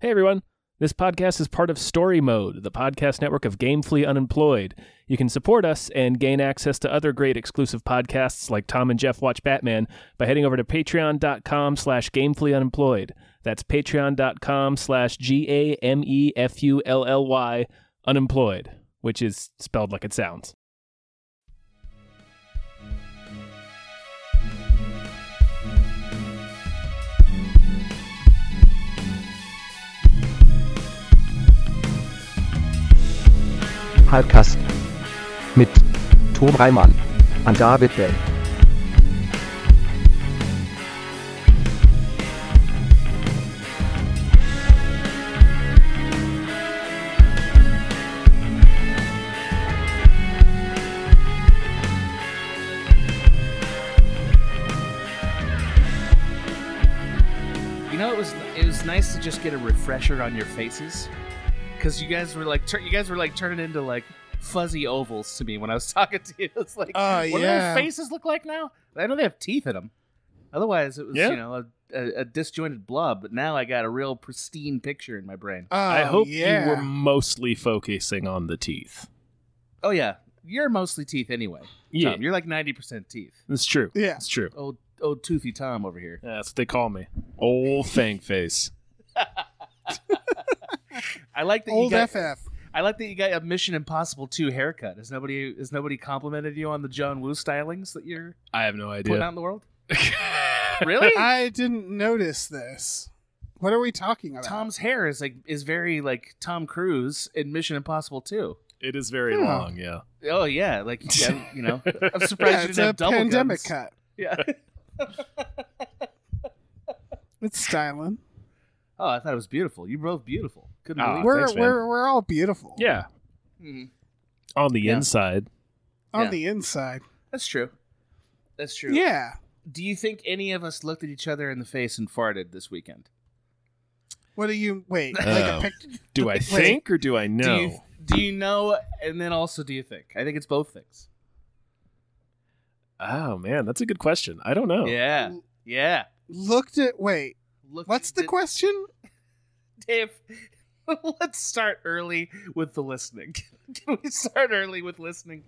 Hey everyone! This podcast is part of Story Mode, the podcast network of Gamefully Unemployed. You can support us and gain access to other great exclusive podcasts like Tom and Jeff Watch Batman by heading over to patreon.com slash gamefully unemployed. That's patreon.com slash G A M E F U L L Y unemployed, which is spelled like it sounds. Halbkast mit Tom Reimann an David Bell. You know, it was it was nice to just get a refresher on your faces, because you guys were like tur- you guys were like turning into like fuzzy ovals to me when I was talking to you. It's like, Oh, what do their yeah. faces look like now? I know they have teeth in them. Otherwise, it was Yeah. you know a, a, a disjointed blob. But now I got a real pristine picture in my brain. Oh, I hope yeah. you were mostly focusing on the teeth. Oh yeah, you're mostly teeth anyway. Yeah, Tom. you're like ninety percent teeth. it's true. Yeah. It's true. Old old toothy Tom over here. Yeah, that's what they call me. Old fang face. I like that Old you got FF. I like that you got a Mission Impossible two haircut. Has nobody has nobody complimented you on the John Woo stylings that you're I have no putting out idea. in the world? really? I didn't notice this. What are we talking about? Tom's hair is like is very like Tom Cruise in Mission Impossible 2. It is very Yeah. long, yeah. Oh yeah, like yeah, you know, I'm surprised yeah, you it's didn't a have double pandemic guns. cut. Yeah. It's styling. Oh, I thought it was beautiful. You're both beautiful. Couldn't Ah, believe we're thanks, man. we're we're all beautiful. Yeah. it. Mhm. On the Yeah. inside. On Yeah. the inside. That's true. That's true. Yeah. Do you think any of us looked at each other in the face and farted this weekend? What do you wait? Oh. Like a pic- Do I Wait. think or do I know? Do you do you know and then also do you think? I think it's both things. oh man, that's a good question. I don't know. Yeah. Yeah. looked at wait. Look What's the did- question? Dave, let's start early with the listening. Can we start early with listening?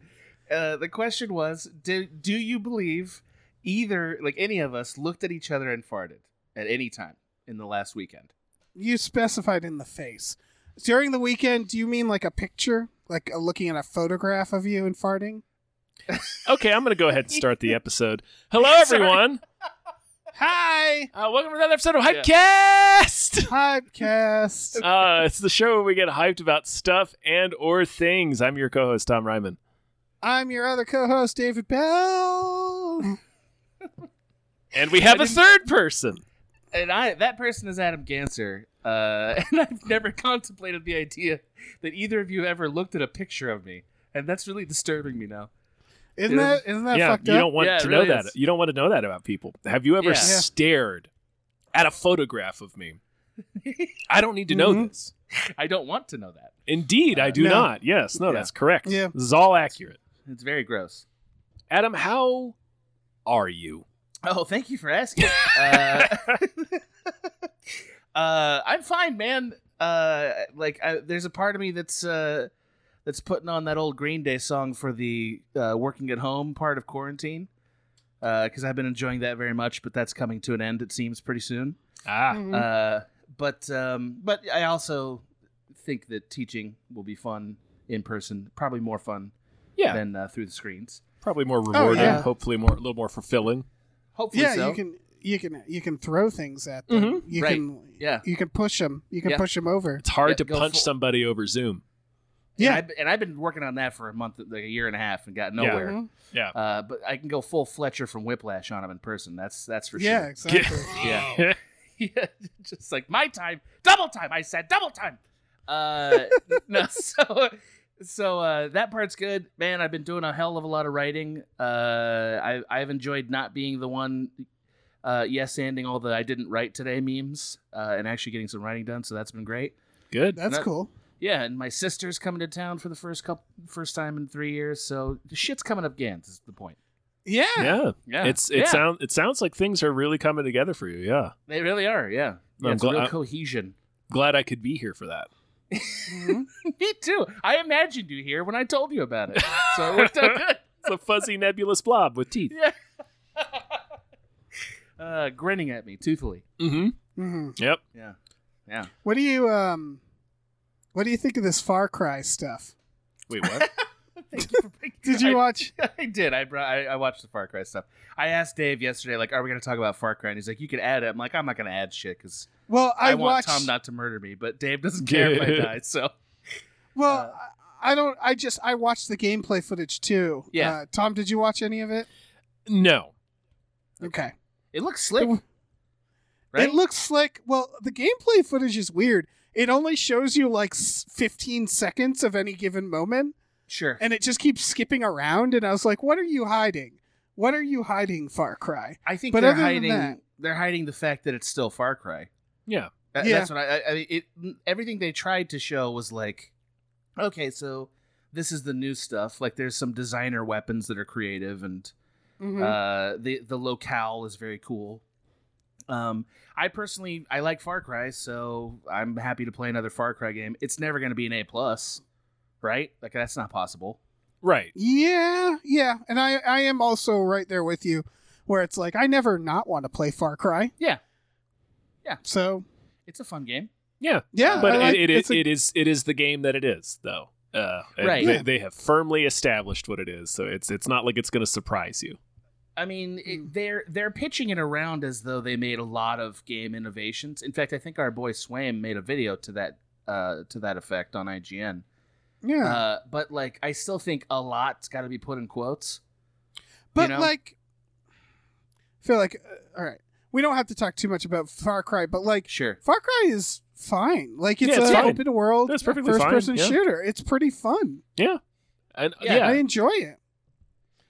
Uh, the question was do, do you believe either, like any of us, looked at each other and farted at any time in the last weekend? You specified in the face. During the weekend, do you mean like a picture? Like uh, looking at a photograph of you and farting? Okay, I'm gonna go ahead and start the episode. Hello Sorry. everyone. Hi! Uh, welcome to another episode of Hypecast! Podcast. Uh, it's the show where we get hyped about stuff and or things. I'm your co-host, Tom Ryman. I'm your other co-host, David Bell. And we have I a didn't- third person. And I that person is Adam Ganser. Uh, and I've never contemplated the idea that either of you have ever looked at a picture of me. And that's really disturbing me now. Isn't that isn't that yeah, fucked you up? don't want Yeah, it to really know that. is. You don't want to know that about people. Have you ever Yeah. Yeah. stared at a photograph of me? I don't need to know Mhm. this. I don't want to know that. Indeed, I do No. not. Yes, no, Yeah. that's correct. Yeah. This is all accurate. It's very gross. Adam, how are you? Oh, thank you for asking. uh, uh, I'm fine, man. Uh, like, I, there's a part of me that's uh, that's putting on that old Green Day song for the uh, working at home part of quarantine because I've been enjoying that very much. But that's coming to an end, it seems, pretty soon. Ah, Mhm. Uh, but um, but I also think that teaching will be fun in person, probably more fun yeah, than uh, through the screens. probably more rewarding. Oh, yeah. Hopefully, more a little more fulfilling. Hopefully, yeah, so. you can you can you can throw things at them. You Mm-hmm. Right. can Yeah. you can push them. You can Yeah. push them over. It's hard Yeah, to go punch full- somebody over Zoom. Yeah, and Yeah. I've, and I've been working on that for a month, like a year and a half, and got nowhere. Mhm. Yeah, Uh, but I can go full Fletcher from Whiplash on him in person. That's that's for yeah, sure. exactly. Yeah. yeah, just like my time, double time. I said double time. Uh, no, so so uh, that part's good, man. I've been doing a hell of a lot of writing. Uh, I I've enjoyed not being the one. Uh, yes, ending all the I didn't write today memes uh, and actually getting some writing done, so that's been great. good. That's That- cool. Yeah, and my sister's coming to town for the first couple, first time in three years. So the shit's coming up Gans is the point. Yeah. Yeah, Yeah, it's it yeah, sound it sounds like things are really coming together for you. Yeah, they really are. Yeah, yeah I'm it's a gl- real I- cohesion. glad I could be here for that. Mhm. Me too. I imagined you here when I told you about it, so it worked out good. It's a fuzzy nebulous blob with teeth. Yeah. uh, grinning at me, toothfully. Mm-hmm. Mhm. Yep. Yeah. Yeah. What do you um what do you think of this Far Cry stuff? Wait, what? Thank you for picking- Did you I- watch I did. I, brought, I I watched the Far Cry stuff. I asked Dave yesterday, like, are we going to talk about Far Cry? And he's like, you can add it. I'm like, I'm not going to add shit because Well, I, I, want watched Tom not to murder me. But Dave doesn't care if I die. So Well, uh, I I don't I just I watched the gameplay footage too. Yeah. Uh, Tom, did you watch any of it? no. Okay. it looks slick, It- right? It looks slick. Well, the gameplay footage is weird. It only shows you like s- 15 seconds of any given moment, sure. and it just keeps skipping around. And I was like, "What are you hiding? What are you hiding, Far Cry?" I think but they're other than hiding. that- they're hiding the fact that it's still Far Cry. Yeah. That- Yeah. That's what I, I, I. It everything they tried to show was like, okay, so this is the new stuff. Like, there's some designer weapons that are creative, and Mm-hmm. Mhm. uh, the the locale is very cool. Um, I personally I like Far Cry, so I'm happy to play another Far Cry game. It's never going to be an A plus, right? Like that's not possible. Right. yeah, yeah. And I I am also right there with you, where it's like I never not want to play Far Cry. Yeah. Yeah. So It's a fun game. Yeah. yeah, But I like- it, it, is, it's a- it is it is the game that it is though. Uh, and Right. They, Yeah. they have firmly established what it is, so it's it's not like it's going to surprise you. I mean, Hmm. it, they're they're pitching it around as though they made a lot of game innovations. In fact, I think our boy Swaim made a video to that uh, to that effect on IGN. yeah. Uh, but like, I still think a lot's got to be put in quotes. But know? like, I feel like uh, all right, we don't have to talk too much about Far Cry, but like Sure. Far Cry is fine. Like it's, Yeah, it's an fine. open world, That's perfectly first fine, person yeah. shooter. It's pretty fun. Yeah. And Yeah, yeah, I enjoy it.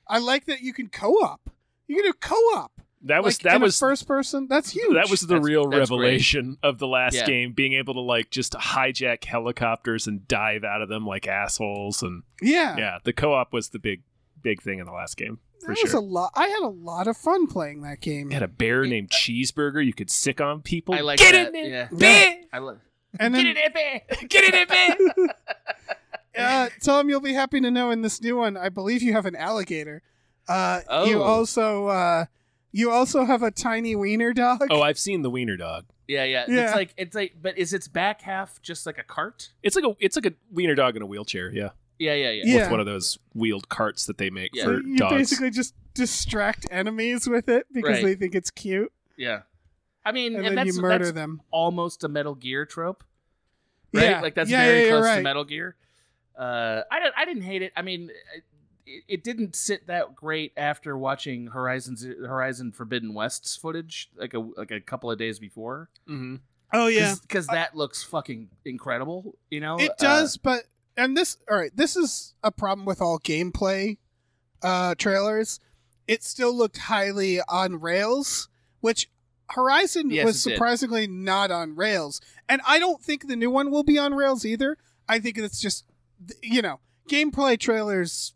I like that you can co-op. You can do co-op. that was Like, in that a was first person. That's huge. that was the That's- real that's great. revelation of the last Yeah. game being able to like just hijack helicopters and dive out of them like assholes and yeah. yeah, the co-op was the big big thing in the last game that for was sure. a lot. I had a lot of fun playing that game, You had a bear named Cheeseburger you could sick on people. I like Get that. in there. Yeah. Yeah. I love. and Get then it, Ippy! Get in there. man! uh, Tom, you'll be happy to know in this new one, I believe you have an alligator. Uh, You Oh. also uh, you also have a tiny wiener dog. oh, I've seen the wiener dog. Yeah, yeah, Yeah. It's like it's like, but is its back half just like a cart? It's like a it's like a wiener dog in a wheelchair, yeah. Yeah, yeah, yeah. Yeah. With one of those wheeled carts that they make Yeah. for you dogs. basically just distract enemies with it because Right. they think it's cute, Yeah. I mean, and, and, then that's, you murder that's them. almost a Metal Gear trope, right? Yeah. Like that's Yeah, very yeah, you're close to right. Metal Gear. Uh, I don't, I didn't hate it. I mean, it, it didn't sit that great after watching Horizon's Horizon Forbidden West's footage, like a like a couple of days before. mm-hmm. Oh because that looks fucking incredible. You know, it Uh, does. but and this, all right, this is a problem with all gameplay uh, trailers. It still looked highly on rails, which Horizon Yes, was it did. surprisingly not on rails, and I don't think the new one will be on rails either. I think it's just you know gameplay trailers.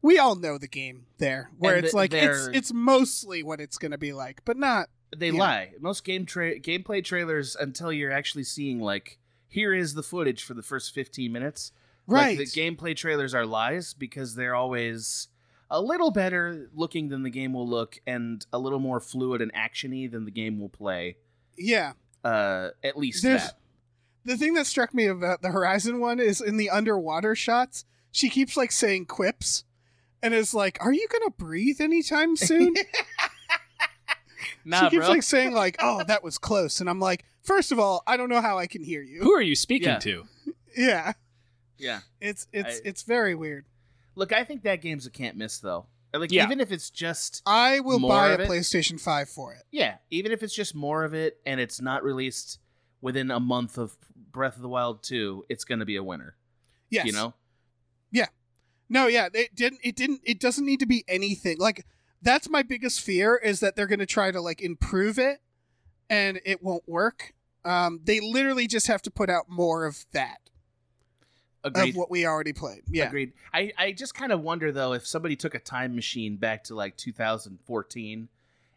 We all know the game there, where And it's the- like it's they're- it's mostly what it's going to be like, but not they Yeah. lie. Most game tra- gameplay trailers until you're actually seeing like here is the footage for the first 15 minutes. right. Like, the gameplay trailers are lies because they're always a little better looking than the game will look and a little more fluid and actiony than the game will play. yeah, Uh, at least There's- that. the thing that struck me about the Horizon one is in the underwater shots, she keeps like saying quips and is like, Are you gonna breathe anytime soon? Nah, she keeps bro. like saying, like, oh, that was close. And I'm like, first of all, I don't know how I can hear you. Who are you speaking Yeah. to? Yeah. yeah. It's it's I- it's very weird. Look, I think that game's a can't miss though. Like Yeah. even if it's just I will More buy a of it? PlayStation 5 for it. yeah, even if it's just more of it and it's not released within a month of Breath of the Wild 2, it's going to be a winner, Yes. you know? No, yeah, it didn't. It didn't. It doesn't need to be anything. Like that's my biggest fear is that they're going to try to like improve it, and it won't work. Um, they literally just have to put out more of that Agreed. of what we already played. Yeah, Agreed. I, I just kind of wonder though if somebody took a time machine back to like 2014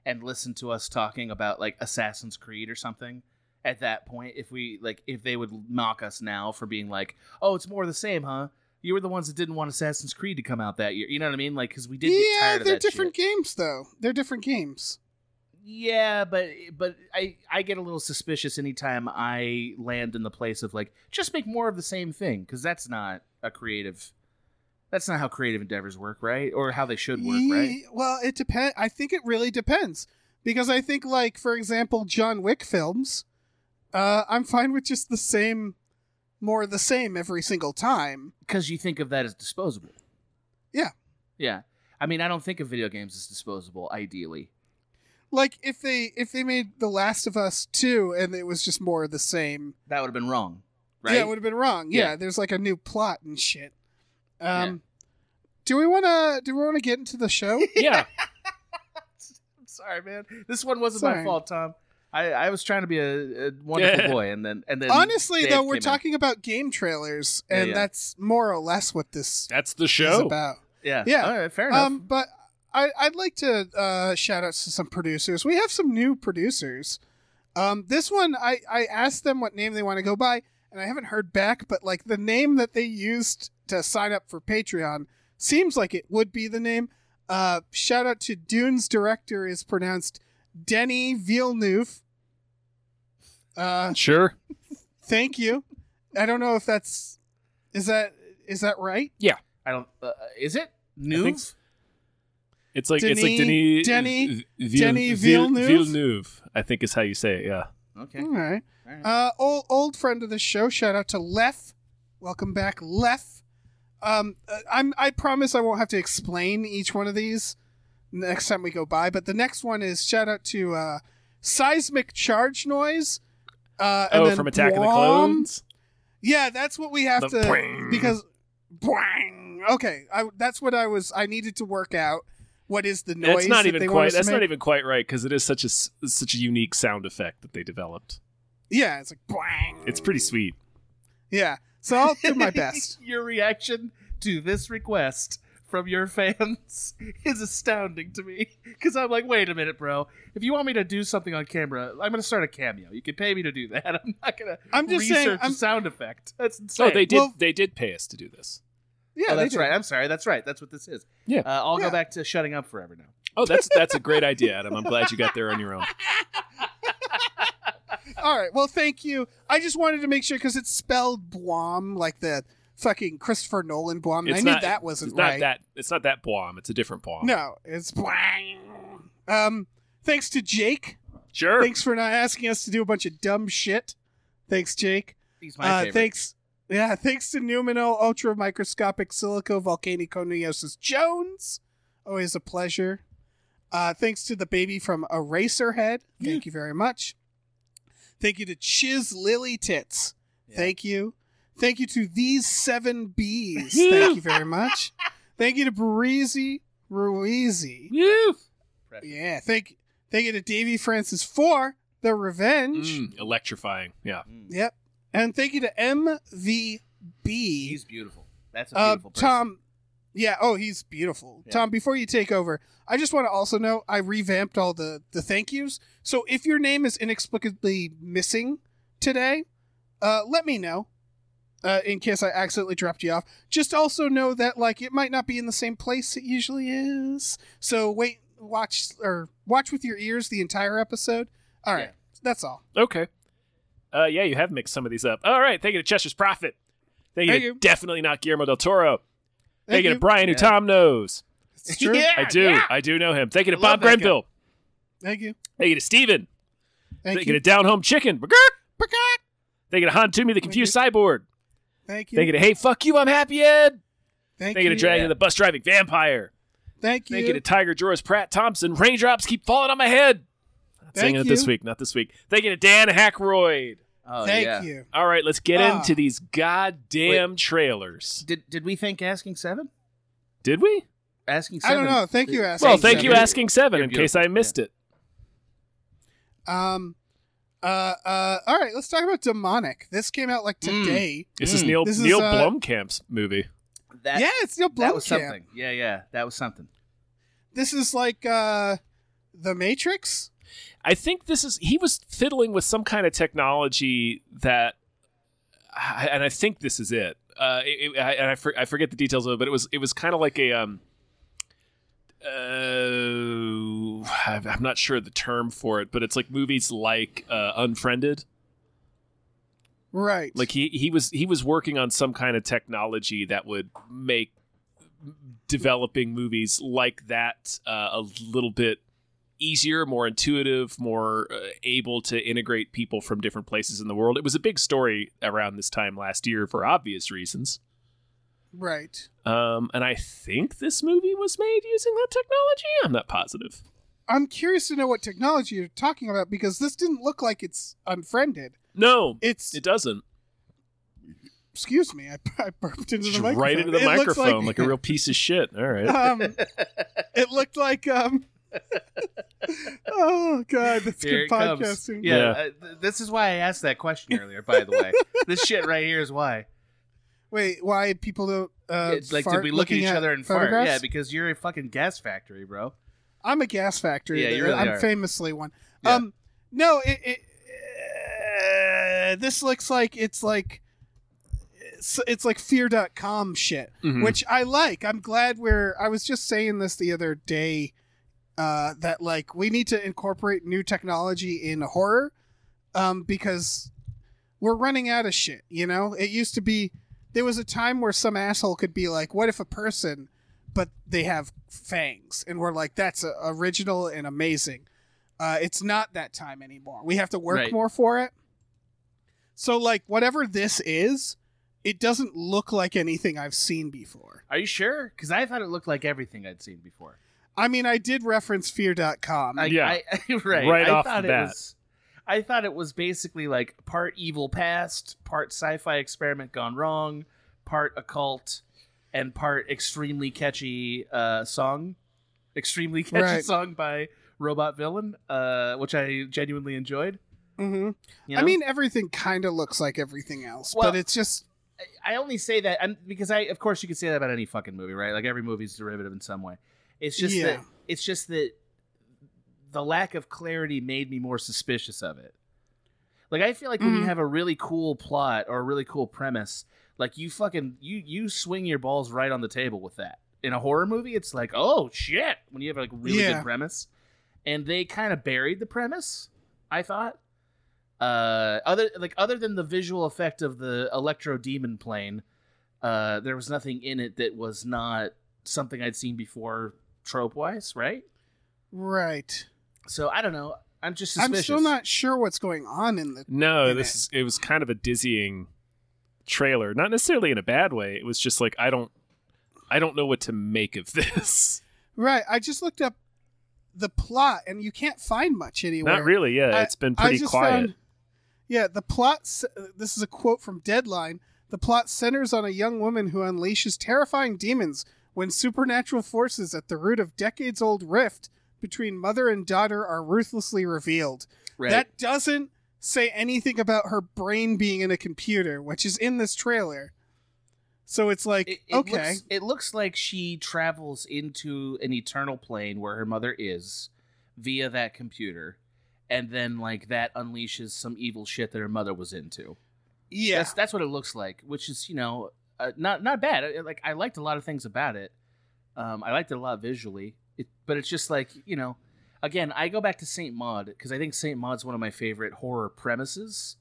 and listened to us talking about like Assassin's Creed or something at that point if we like if they would mock us now for being like, "Oh, it's more of the same, huh?" You were the ones that didn't want Assassin's Creed to come out that year. You know what I mean? Like cuz we did get yeah, tired of they're that different shit. games though. They're different games. Yeah, but but I I get a little suspicious anytime I land in the place of like just make more of the same thing cuz that's not a creative that's not how creative endeavors work, right? Or how they should work, right? Ye- Well, it depends. I think it really depends because I think, like for example, John Wick films, uh, I'm fine with just the same, more of the same every single time. because you think of that as disposable. Yeah. Yeah. I mean, I don't think of video games as disposable, ideally. Like if they if they made The Last of Us two and it was just more of the same, That would have been wrong, right? yeah, it would have been wrong. Yeah, Yeah. there's like a new plot and shit. Um, do we want to do we want to get into the show? Yeah. I'm sorry, man. This one wasn't my Sorry. fault, Tom. I, I was trying to be a, a wonderful Yeah. boy, and then and then Honestly, Dave though, we're came in. talking about game trailers, Yeah, and yeah. that's more or less what this That's the is about. Yeah, Yeah. All right, fair enough. Um, but I, I'd like to uh, shout outs to some producers. We have some new producers. Um, this one, I, I asked them what name they want to go by, and I haven't heard back, but like the name that they used to sign up for Patreon seems like it would be the name. Uh, shout out to Dune's director is pronounced Denny Villeneuve. Uh, Sure. thank you. I don't know if that's is that is that right? I don't. Uh, is it I think news? s- It's like it's like Denis Denis- Denny- Vil- Denny Vil- Villeneuve? Villeneuve, I think is how you say it. Yeah. Okay. All right. All right. Uh, old old friend of the show. Shout out to Lef. Welcome back, Lef. Um, uh, I'm I promise I won't have to explain each one of these next time we go by. But the next one is shout out to uh, seismic charge noise. Uh, and oh, then from Attack of the Bwom. Clones. Yeah, that's what we have The to boing. because boing. Okay, I, that's what I was. I needed to work out what is the noise. That's not that even they want quite. us to That's make. not even quite right because it is such a s- such a unique sound effect that they developed. Yeah, it's like boing. It's pretty sweet. Yeah, so I'll do my best. your reaction to this request from your fans is astounding to me because I'm like, wait a minute, bro. If you want me to do something on camera, I'm gonna start a cameo. You can pay me to do that. I'm not gonna. I'm just research saying, a I'm- sound effect. That's insane. Oh, they did. Well- they did pay us to do this. Yeah, Oh, they that's do. right. I'm sorry. That's right. That's what this is. Yeah. Uh, I'll Yeah. go back to shutting up forever now. Oh, that's that's a great idea, Adam. I'm glad you got there on your own. All right. Well, thank you. I just wanted to make sure because it's spelled Blom like the fucking Christopher Nolan Blom. and I It's knew not- that wasn't it's not right. that. It's not that bomb. It's a different bomb. No, it's Bwang. Um, thanks to Jake. Sure. Thanks for not asking us to do a bunch of dumb shit. Thanks, Jake. He's my Uh, favorite. thanks. Yeah, thanks to Numino Ultra Microscopic Silico Volcaniconiosis Jones. Always a pleasure. Uh, thanks to the baby from Eraserhead. Thank you very much. Thank you to Chiz Lily Tits. Yeah. Thank you. Thank you to these seven bees. Thank you very much. Thank you to Breezy Ruizy. Woo! Yeah. Thank thank you to Davy Francis for the revenge. Mm, electrifying. Yeah. Mm, Yep. And thank you to MVB. he's beautiful. That's a Uh, beautiful person. Tom, yeah, oh, he's beautiful. Yeah. Tom, before you take over, I just want to also know I revamped all the the thank yous. So if your name is inexplicably missing today, uh, let me know. Uh, in case I accidentally dropped you off, just also know that like it might not be in the same place it usually is. So wait, watch or watch with your ears the entire episode. All right, that's all. Okay. Uh, yeah, you have mixed some of these up. All right. Thank you to Cheshire's Prophet. Thank you Thank to you. definitely not Guillermo del Toro. Thank, you to Brian, Yeah. who Tom knows. It's true. Yeah, I do. yeah. I do know him. Thank you to I Bob love that guy. Grenville. Thank you. Thank you to Steven. Thank, Thank you. you to Down Home Chicken. Grr. Thank you to Han Toomey, the Confused Cyborg. Thank you. Thank you to Hey Fuck You, I'm Happy Ed. Thank, Thank you to Dragon, Yeah. the Bus Driving Vampire. Thank you. Thank you to Tiger Joris Pratt Thompson. Raindrops keep falling on my head. Not Thank singing it this you. week, not this week. Thank you to Dan Hackroyd. Oh, Thank yeah. you. All right, let's get Ah. into these goddamn trailers. Did did we thank asking seven? Did we? Asking I seven. don't know. Thank you, Asking well, Seven. thank you, You're- asking 7 you're in case I beautiful. missed it. Um, uh, uh, all right, let's talk about Demonic. This came out like Mm. today. This is Mm. Neil This is, Neil uh, Blomkamp's movie. That, yeah, it's Neil Blomkamp. that was something. Yeah, yeah, that was something. This is like uh, The Matrix. I think this is he was fiddling with some kind of technology that, and I think this is it. Uh, it, it I, and I, for, I forget the details of it, but it was it was kind of like a um. Uh, I'm not sure the term for it, but it's like movies like uh, Unfriended. Right. Like he he was he was working on some kind of technology that would make developing movies like that uh, a little bit easier, more intuitive, more uh, able to integrate people from different places in the world. It was a big story around this time last year for obvious reasons. Right. Um, and I think this movie was made using that technology. I'm not positive. I'm curious to know what technology you're talking about because this didn't look like it's unfriended. No, It's it doesn't. excuse me, I, I burped into the Just microphone. right into the It looks microphone like, a real piece of shit. All right. um, it looked like um. oh god, that's Here good it comes. podcasting. Yeah, Yeah. uh, th- this is why I asked that question earlier. By the way, this shit right here is why. Wait, why people don't uh, It's like, fart did we look at looking each other and fart? photographs? Yeah, because you're a fucking gas factory, bro. I'm a gas factory. Yeah, you There- really I'm are. famously one. Yeah. Um, no, it, it uh, this looks like it's like it's, it's like fear.com shit, Mhm. which I like. I'm glad we're. I was just saying this the other day uh, that like we need to incorporate new technology in horror um, because we're running out of shit. You know, it used to be there was a time where some asshole could be like, "What if a person?" but they have fangs and we're like that's uh, original and amazing uh, it's not that time anymore we have to work Right. more for it so like whatever this is it doesn't look like anything i've seen before Are you sure? Because I thought it looked like everything I'd seen before. i mean i did reference fear.com I, Yeah. I, right. Right I off thought the it bat. was. I thought it was basically like part evil past, part sci-fi experiment gone wrong, part occult, and part extremely catchy uh, song, extremely catchy Right. song by Robot Villain, uh, which I genuinely enjoyed. Mhm. you know? i mean everything kind of looks like everything else Well- but it's just I- I only say that i because I, of course, you could say that about any fucking movie, right? Like every movie's derivative in some way. It's just Yeah. that it's just that the lack of clarity made me more suspicious of it. Like I feel like when you Mhm. have a really cool plot or a really cool premise, like you fucking you you swing your balls right on the table with that. In a horror movie, it's like oh shit when you have like really Yeah. good premise, and they kind of buried the premise. I thought uh other like other than the visual effect of the electro demon plane uh there was nothing in it that was not something i'd seen before trope wise right right so i don't know i'm just suspicious i'm still not sure what's going on in the No, in this it. is it was kind of a dizzying trailer. Not necessarily in a bad way. It was just like I don't I don't know what to make of this. right i just looked up the plot and you can't find much anywhere Not really, yeah. I- it's been pretty quiet. yeah, the plot. s- This is a quote from Deadline. The plot centers on a young woman who unleashes terrifying demons when supernatural forces at the root of decades-old rift between mother and daughter are ruthlessly revealed. right That doesn't say anything about her brain being in a computer, which is in this trailer. So it's like, it, it okay, looks, it looks like she travels into an eternal plane where her mother is via that computer and then like that unleashes some evil shit that her mother was into yeah, That's that's what it looks like, which is you know uh, not not bad. I- Like I liked a lot of things about it. Um, I liked it a lot visually, it, but it's just like you know, again, I go back to Saint Maud because I think Saint Maud's one of my favorite horror premises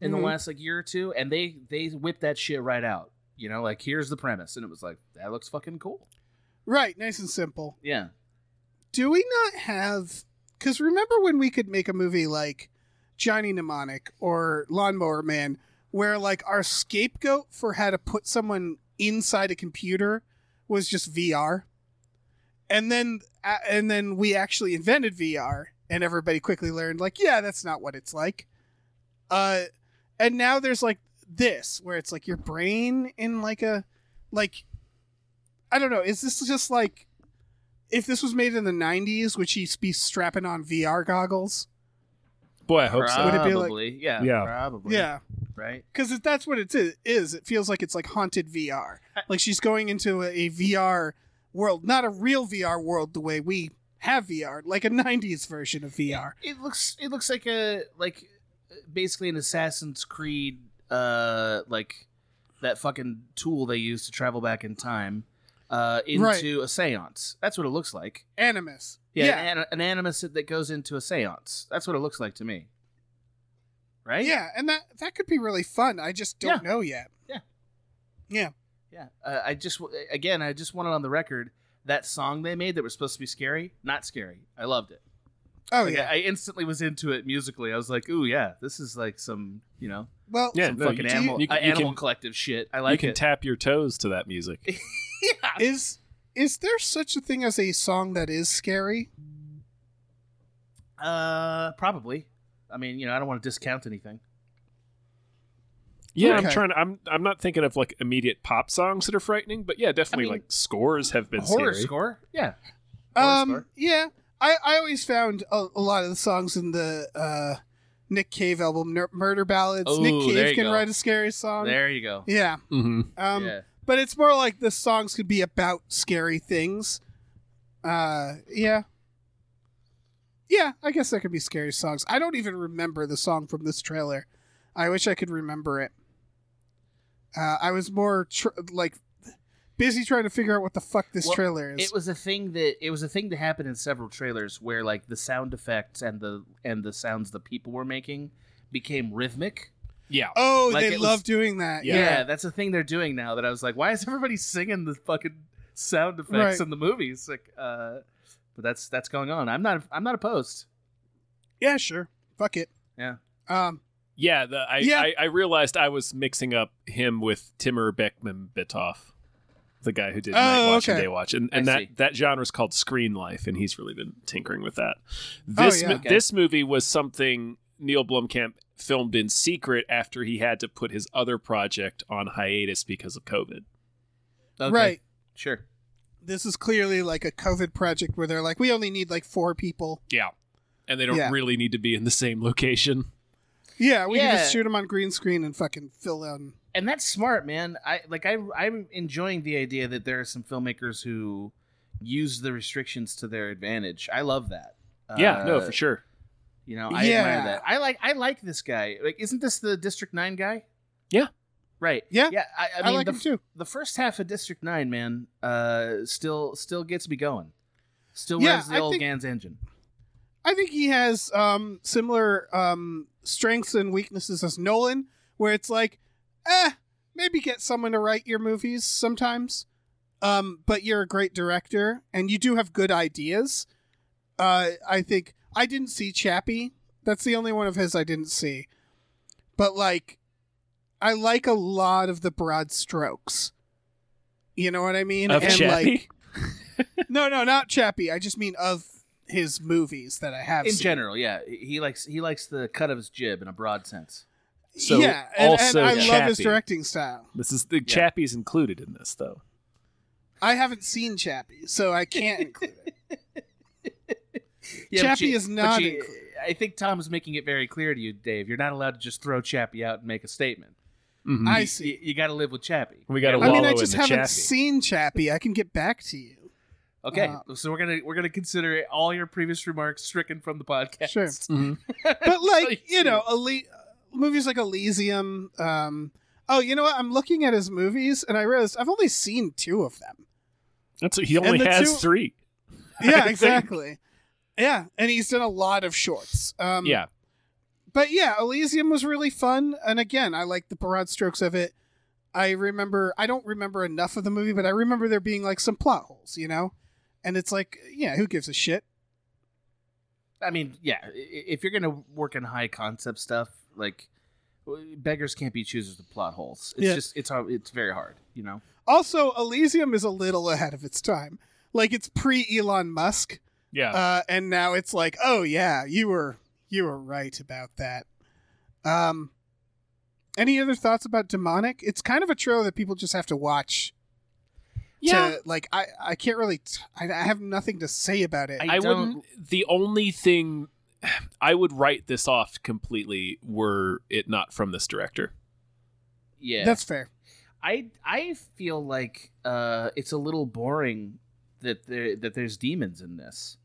in Mhm. the last like year or two, and they they whipped that shit right out. You know, like here's the premise, and it was like that looks fucking cool. right, nice and simple. Yeah, do we not have because remember when we could make a movie like johnny mnemonic or lawnmower man where like our scapegoat for how to put someone inside a computer was just vr and then uh, and then we actually invented vr and everybody quickly learned like yeah that's not what it's like uh and now there's like this where it's like your brain in like a like i don't know is this just like if this was made in the 90s, would she be strapping on VR goggles? Boy, I hope so. Would it be like- probably. yeah, Yeah. probably. Yeah, right. because that's what it i- is. It feels like it's like haunted VR. Like she's going into a, a VR world, not a real VR world the way we have VR, like a '90s version of VR. It looks it looks like a like basically an Assassin's Creed uh like that fucking tool they use to travel back in time uh into Right. a séance. That's what it looks like. Animus. Yeah, An, an animus that goes into a séance. That's what it looks like to me. Right? Yeah, and that that could be really fun. I just don't know yet. Yeah. Yeah. Yeah. Uh, I just w- again, I just wanted on the record that song they made that was supposed to be scary, not scary. I loved it. Oh Like, yeah. I I instantly was into it musically. I was like, "Ooh, yeah, this is like some, you know, Well, Yeah, some no, fucking you- animal, you can- uh, you animal can- collective shit." I you like can it. tap your toes to that music. yeah. is is there such a thing as a song that is scary? Uh, probably. I mean, you know, I don't want to discount anything. Yeah, I'm Okay. trying. I'm I'm not thinking of like immediate pop songs that are frightening, but yeah, definitely mean, like scores have been horror scary. score? Yeah. Horror Um, score. yeah. I, I always found a, a lot of the songs in the uh, Nick Cave album, Nur- Murder Ballads. Ooh, Nick Oh, there you Cave can go. write a scary song. There you go. Yeah. hmm Um, yeah. But it's more like the songs could be about scary things. Uh, yeah. Yeah, I guess that could be scary songs. I don't even remember the song from this trailer. I wish I could remember it. Uh, I was more tr- like busy trying to figure out what the fuck this Well, trailer is. It was a thing that it was a thing that happened in several trailers where like the sound effects and the and the sounds the people were making became rhythmic. Yeah, oh, like they it was- love doing that. Yeah. Yeah. yeah. that's a thing they're doing now. That I was like, why is everybody singing the fucking sound effects Right. in the movies? Like, uh, but that's that's going on. I'm not I'm not opposed. Yeah, sure. Fuck it. Yeah. Um. yeah. The, I, Yeah. I I realized I was mixing up him with Timur Beckman Bitoff, the guy who did Oh, Night Watch and okay. Day Watch, and, I and that see. that genre is called screen life, and he's really been tinkering with that. This Oh, yeah. mo- Okay. this movie was something Neil Blomkamp filmed in secret after he had to put his other project on hiatus because of COVID. Okay, Right. Sure. This is clearly like a COVID project where they're like, we only need like four people. Yeah, and they don't Yeah. really need to be in the same location. Yeah, we can Yeah. just shoot them on green screen and fucking fill in. and that's smart man i like i i'm enjoying the idea that there are some filmmakers who use the restrictions to their advantage i love that Yeah, no, Uh, for sure. you know i Yeah. admire that i like i like this guy like isn't this the district 9 guy Yeah. right Yeah. yeah i, I, I mean like the, them too. the first half of district 9 man uh still still gets me going still Yeah, runs the I old think- gans engine I think he has um, similar um, strengths and weaknesses as Nolan, where it's like, eh, maybe get someone to write your movies sometimes, um, but you're a great director and you do have good ideas. Uh, I think I didn't see Chappie. That's the only one of his I didn't see. But like, I like a lot of the broad strokes. You know what I mean? Of Chappie? like, no, no, not Chappie. I just mean of his movies that I have in seen. general yeah he likes he likes the cut of his jib in a broad sense So, yeah, and, also and I love his Chappie. directing style. This is the Chappie's included in this though. I haven't seen Chappie, so I can't include it. but Chappie is but not you- included. I think Tom is making it very clear to you, Dave. You're not allowed to just throw Chappie out and make a statement. Mhm. I You, see. you got to live with Chappie. We gotta I mean, Wallow I in just the haven't Chappie. seen Chappie. I can get back to you. Okay, uh, so we're gonna we're gonna consider all your previous remarks stricken from the podcast. Sure. Mhm. But like Like, you know, Ele- movies like Elysium. Um, oh, you know what? I'm looking at his movies, and I realized I've only seen two of them. That's he only the has two- three. I Yeah, think- exactly. Yeah, and he's done a lot of shorts. Um, yeah, but yeah, Elysium was really fun, and again, I like the broad strokes of it. I remember, I don't remember enough of the movie, but I remember there being like some plot holes, you know, and it's like, yeah, who gives a shit? I mean, yeah, i- if you're gonna work in high concept stuff, like w- beggars can't be choosers with plot holes. It's Yeah. just it's hard, it's very hard, you know. Also, Elysium is a little ahead of its time. Like it's pre Elon Musk, yeah. uh, and now it's like, oh yeah, you were you were right about that. Um, any other thoughts about demonic? It's kind of a trailer that people just have to watch. Yeah. to, like I, I can't really, t- I, I have nothing to say about it. I I don't- wouldn't. The only thing I would write this off completely were it not from this director. Yeah, That's fair. I I feel like uh, it's a little boring that there that there's demons in this.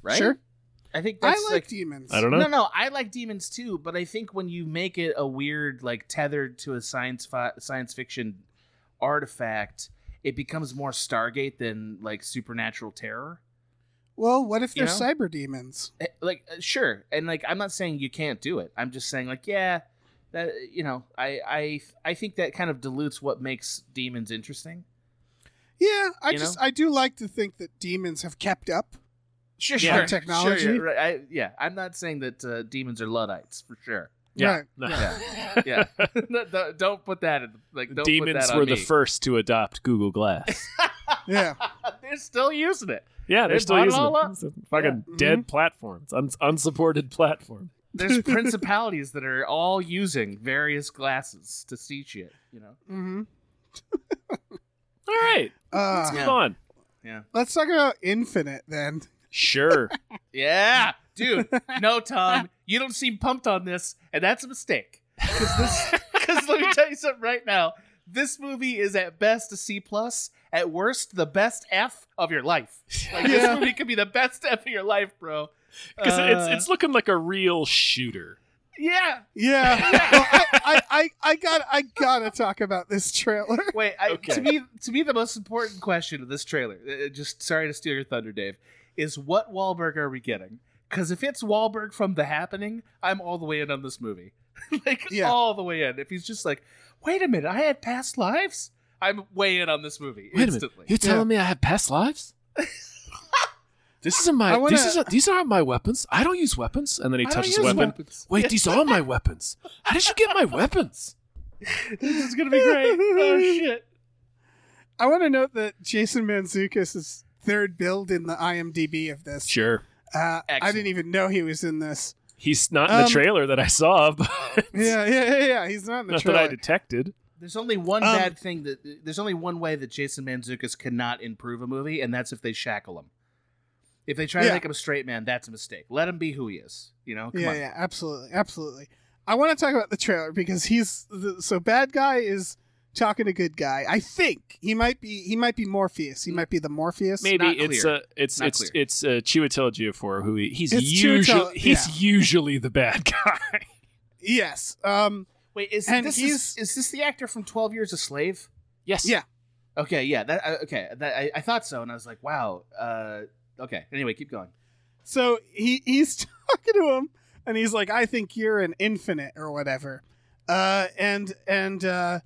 right? Sure. I think I that's like, like demons. I don't know. No, no, I like demons too, but I think when you make it a weird, like tethered to a science fi- science fiction artifact, it becomes more Stargate than like supernatural terror. Well, what if You they're know? cyber demons? Eh, Like, uh, sure, and like I'm not saying you can't do it. I'm just saying like, yeah, that you know, I I I think that kind of dilutes what makes demons interesting. Yeah, I You just know? I do like to think that demons have kept up. Sure, Yeah. sure, Technology. Sure, yeah, right. I, yeah, I'm not saying that uh, demons are luddites for sure. Yeah. Yeah, No, no, don't put that in. Like, don't put Demons that on were the me. first to adopt Google Glass. Yeah. They're still using it. Yeah, They they're still bought it using all it. up. It's a fucking Yeah. Mm-hmm. dead platform. It's un- unsupported platform. There's principalities that are all using various glasses to see shit. You know. Mm-hmm. All right, Uh, let's Yeah. move on. Let's talk about infinite then. Sure. Yeah, dude. No, Tom, you don't seem pumped on this, and that's a mistake. Because let me tell you something right now. This movie is at best a C plus, at worst the best F of your life. Like Yeah. this movie could be the best F of your life, bro. Because Uh, it's it's looking like a real shooter. yeah. Yeah. well, I, I, I, I got I gotta talk about this trailer. Wait, I, Okay. to me, to me, the most important question of this trailer, uh, just sorry to steal your thunder, Dave, is what Wahlberg are we getting? Because if it's Wahlberg from The Happening, I'm all the way in on this movie, like Yeah. all the way in. If he's just like, wait a minute, I had past lives, I'm way in on this movie instantly. You're telling me I have past lives? This isn't I wanna- this isn't- these aren't my weapons. I don't use weapons. And then he I don't touches a use weapon. weapons. Wait, these are my weapons. How did you get my weapons? This is gonna be great. oh shit! I wanna note that Jason Manzukis is third build in the IMDB of this. Sure. Uh, I Excellent. didn't even know he was in this. He's not in the Um, trailer that I saw, but Yeah, yeah, yeah, yeah. He's not in the not that trailer. I detected. There's only one Um, bad thing that there's only one way that Jason Manzukis cannot improve a movie, and that's if they shackle him. If they try to Yeah. make him a straight man, that's a mistake. Let him be who he is. You know, come yeah, on. yeah, absolutely, absolutely. I want to talk about the trailer because he's the, so bad guy is talking to good guy. I think he might be he might be Morpheus. He might be the Morpheus. Maybe not it's clear. a it's Not it's clear. it's uh, Chiwetel Ejiofor who he, he's It's usually Chiwetel- he's usually the bad guy. Yes. Um. Wait, is And this he's- is, is this the actor from Twelve Years a Slave? yes. Yeah. Okay, yeah, that I- okay. That I, I thought so, and I was like, wow. Uh, okay. Anyway, keep going. So he he's talking to him, and he's like, "I think you're an infinite or whatever," uh, and and uh,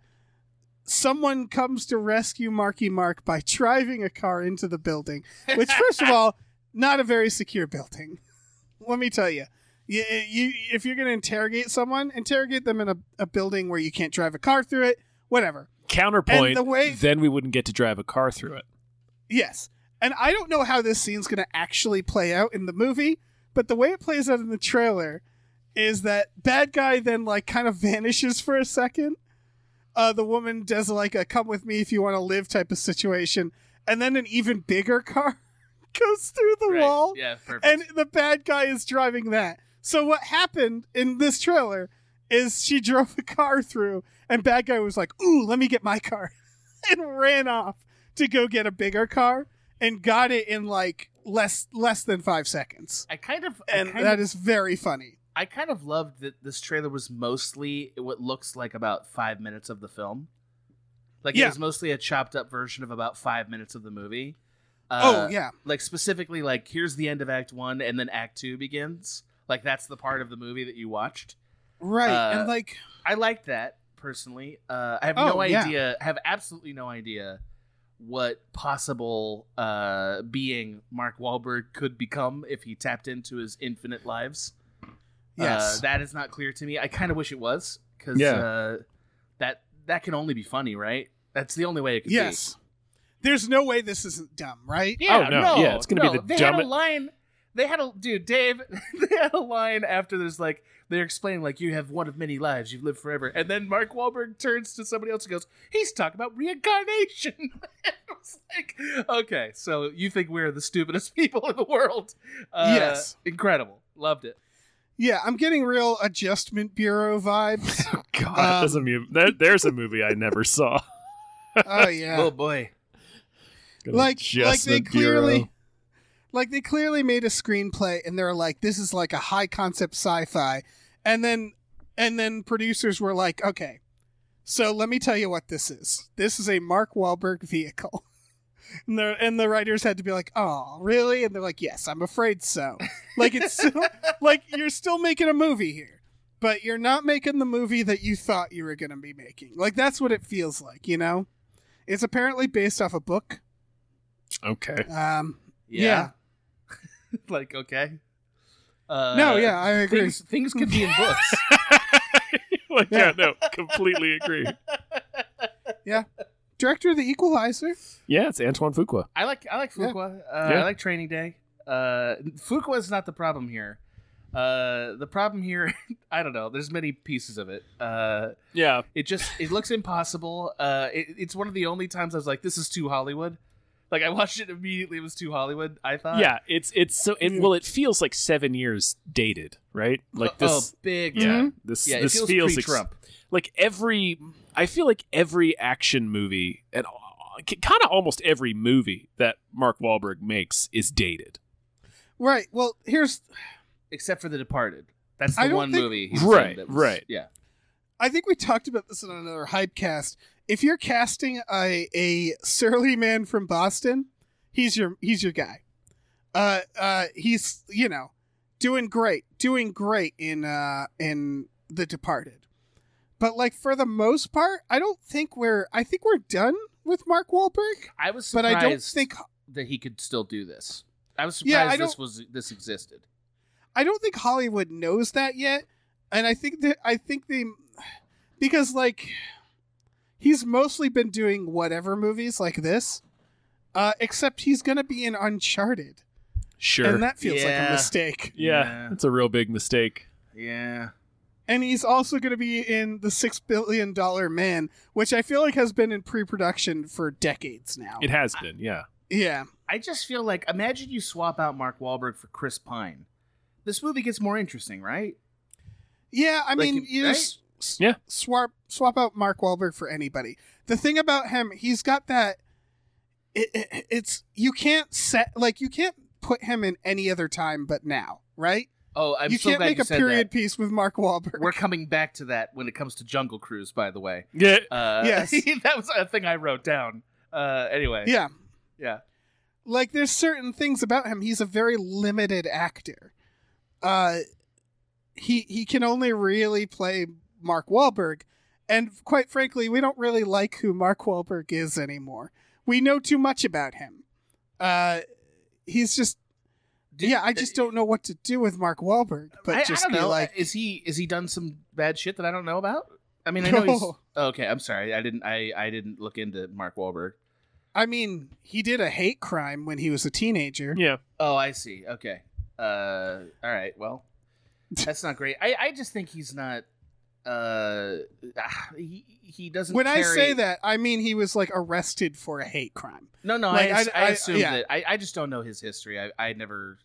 someone comes to rescue Marky Mark by driving a car into the building, which, first of all, not a very secure building. Let me tell you. You, you, if you're going to interrogate someone, interrogate them in a, a building where you can't drive a car through it, whatever. Counterpoint. And the way- then we wouldn't get to drive a car through it. Yes. And I don't know how this scene's going to actually play out in the movie, but the way it plays out in the trailer is that bad guy then like kind of vanishes for a second. Uh, the woman does like a come with me if you want to live type of situation. And then an even bigger car goes through the Right. wall Yeah, perfect. and the bad guy is driving that. So what happened in this trailer is she drove a car through, and bad guy was like, "Ooh, let me get my car," and ran off to go get a bigger car, and got it in like less less than five seconds. I kind of I And kind that of, is very funny. I kind of loved that this trailer was mostly what looks like about five minutes of the film. Like it Yeah. was mostly a chopped up version of about five minutes of the movie. Uh, oh yeah, Like specifically, like here's the end of Act One, and then Act Two begins. Like that's the part of the movie that you watched. right. uh, and like, I liked that personally. Uh, I have no Oh, yeah. idea. I have absolutely no idea what possible uh, being Mark Wahlberg could become if he tapped into his infinite lives. Uh, yes, that is not clear to me. I kind of wish it was because Yeah. uh, that that can only be funny, right? That's the only way it could yes. There's no way this isn't dumb, right? be. Oh, no. Yeah, it's gonna be the they had a dumbest- line. They had a dude, Dave. They had a line after there's like they're explaining like you have one of many lives, you've lived forever, and then Mark Wahlberg turns to somebody else and goes, "He's talking about reincarnation." it was like, okay, so you think we're the stupidest people in the world? Uh, Yes. incredible, loved it. Yeah, I'm getting real Adjustment Bureau vibes. Oh God, Um, that's a mu- that, there's a movie I never saw. oh yeah, Oh boy, Good like like they Adjustment Bureau. clearly Like they clearly made a screenplay and they're like, this is like a high concept sci-fi. And then and then producers were like, okay, so let me tell you what this is. This is a Mark Wahlberg vehicle. And the, and the writers had to be like, oh, really? And they're like, yes, I'm afraid so. Like it's still, like you're still making a movie here, but you're not making the movie that you thought you were going to be making. Like that's what it feels like, you know. It's apparently based off a book. Okay. Um, Yeah. like okay. Uh, no, yeah, I agree. Things, things could be in books. like, yeah, no, completely agree. Director of The Equalizer. Yeah, it's Antoine Fuqua. I like I like Yeah. Fuqua. Uh, Yeah. I like Training Day. Uh, Fuqua is not the problem here. Uh, the problem here, I don't know. There's many pieces of it. Uh, Yeah. it just it looks impossible. Uh, it, it's one of the only times I was like, this is too Hollywood. Like I watched it immediately. It was too Hollywood. I thought. yeah, it's it's so it well it feels like 7 years dated, right? Like Oh, this oh, big. yeah, time. this Yeah. It this feels, feels ex- pre-Trump. like every I feel like every action movie and kind of almost every movie that Mark Wahlberg makes is dated. Right. Well, here's except for The Departed. That's I the don't one think- movie. he was in Right, that was- right. Yeah. I think we talked about this in another hypecast. If you're casting a, a surly man from Boston, he's your he's your guy. Uh, uh, he's you know doing great, doing great in uh in The Departed. But like for the most part, I don't think we're I think we're done with Mark Wahlberg. I was But surprised I don't think that he could still do this. I was Yeah, surprised I this don't- was this existed. I don't think Hollywood knows that yet, and I think that I think they because like he's mostly been doing whatever movies like this, uh, except he's gonna be in Uncharted, Sure. and that feels like Yeah. a mistake. yeah, Yeah. it's a real big mistake. Yeah. And he's also gonna be in the Six Billion Dollar Man, which I feel like has been in pre-production for decades now. It has been, yeah. yeah, I just feel like imagine you swap out Mark Wahlberg for Chris Pine. This movie gets more interesting, right? yeah. I Like, mean, you right? just s- Yeah. swap swap out Mark Wahlberg for anybody. The thing about him, he's got that. It, it, it's you can't set like you can't put him in any other time but now, right? Oh, I'm you so can't glad make you a said period piece with Mark Wahlberg. that. We're coming back to that when it comes to Jungle Cruise, by the way. Yeah. Uh, Yes. that was a thing I wrote down. Uh, anyway, yeah, yeah, like there's certain things about him. He's a very limited actor. Uh, he he can only really play Mark Wahlberg, and quite frankly, we don't really like who Mark Wahlberg is anymore. We know too much about him. Uh, he's just Did- uh, yeah. I just don't know what to do with Mark Wahlberg, but I, I just don't be know. like, is he is he done some bad shit that I don't know about? I mean, I know he's No. Oh, okay. I'm sorry, I didn't I I didn't look into Mark Wahlberg. I mean, he did a hate crime when he was a teenager. Yeah. Oh, I see. Okay. Uh, all right. Well, that's not great. I, I just think he's not. Uh, ah, he, he doesn't. When I carry- say that, I mean he was like arrested for a hate crime. no, no, like, I, ass- I- I, I- assume yeah. that I, I just don't know his history. I, I never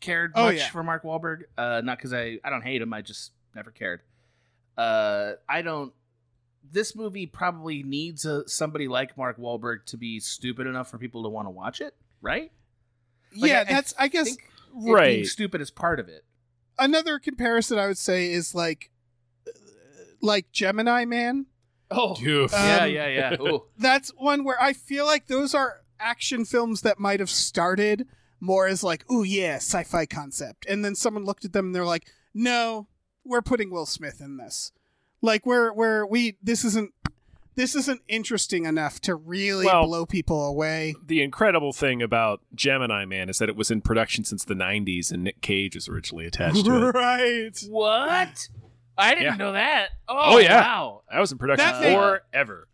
cared Oh, much yeah. for Mark Wahlberg. Uh, not because I I don't hate him. I just never cared. Uh, I don't. This movie probably needs a, somebody like Mark Wahlberg to be stupid enough for people to want to watch it, right? Like, yeah, I- I that's I guess think it Right. being stupid is part of it. another comparison I would say is like uh, like Gemini Man. Oh, Oof. yeah, Um, yeah, yeah. Ooh. That's one where I feel like those are action films that might have started more as like, oh yeah, sci-fi concept. And then someone looked at them and they're like, "No, we're putting Will Smith in this." Like we're we're we this isn't this isn't interesting enough to really Well- blow people away. the incredible thing about Gemini Man is that it was in production since the 90s and Nick Cage was originally attached to it. Right. What? I didn't Yeah. know that. Oh, Oh, yeah. Wow. Uh, I was in production That thing- forever.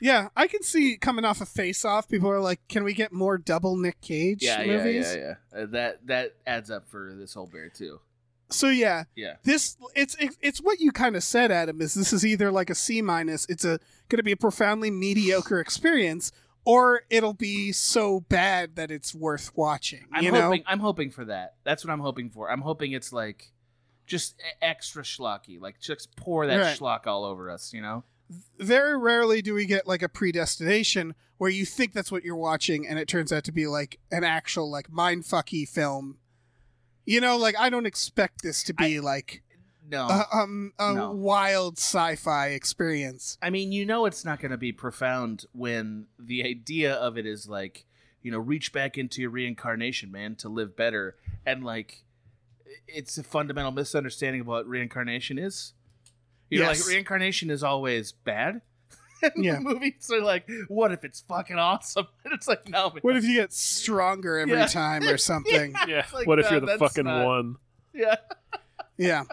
Yeah, I can see coming off a of face off, people are like, "Can we get more double Nick Cage Yeah, yeah, movies?" yeah, yeah. Uh, that that adds up for this whole bear too. So yeah, Yeah. this it's it's, it's what you kind of said adam is this is either like a c minus it's a going to be a profoundly mediocre experience or it'll be so bad that it's worth watching I'm you hoping know I'm hoping for that. That's what I'm hoping for. I'm hoping it's like just e- extra schlocky. Like just pour that Right. schlock all over us, you know? very rarely do we get like a predestination where you think that's what you're watching and it turns out to be like an actual like mindfucky film. You know, like I don't expect this to be like No. a, um, a no. wild sci-fi experience. I mean, you know it's not going to be profound when the idea of it is like, you know, reach back into your reincarnation, man, to live better. And like, it's a fundamental misunderstanding of what reincarnation is. You know, Yes. like reincarnation is always bad. Yeah. Movies are like, what if it's fucking awesome? And it's like, no. man. What if you get stronger every Yeah. time or something? Yeah. It's like, what if no, you're the that's fucking not- one? Yeah. Yeah.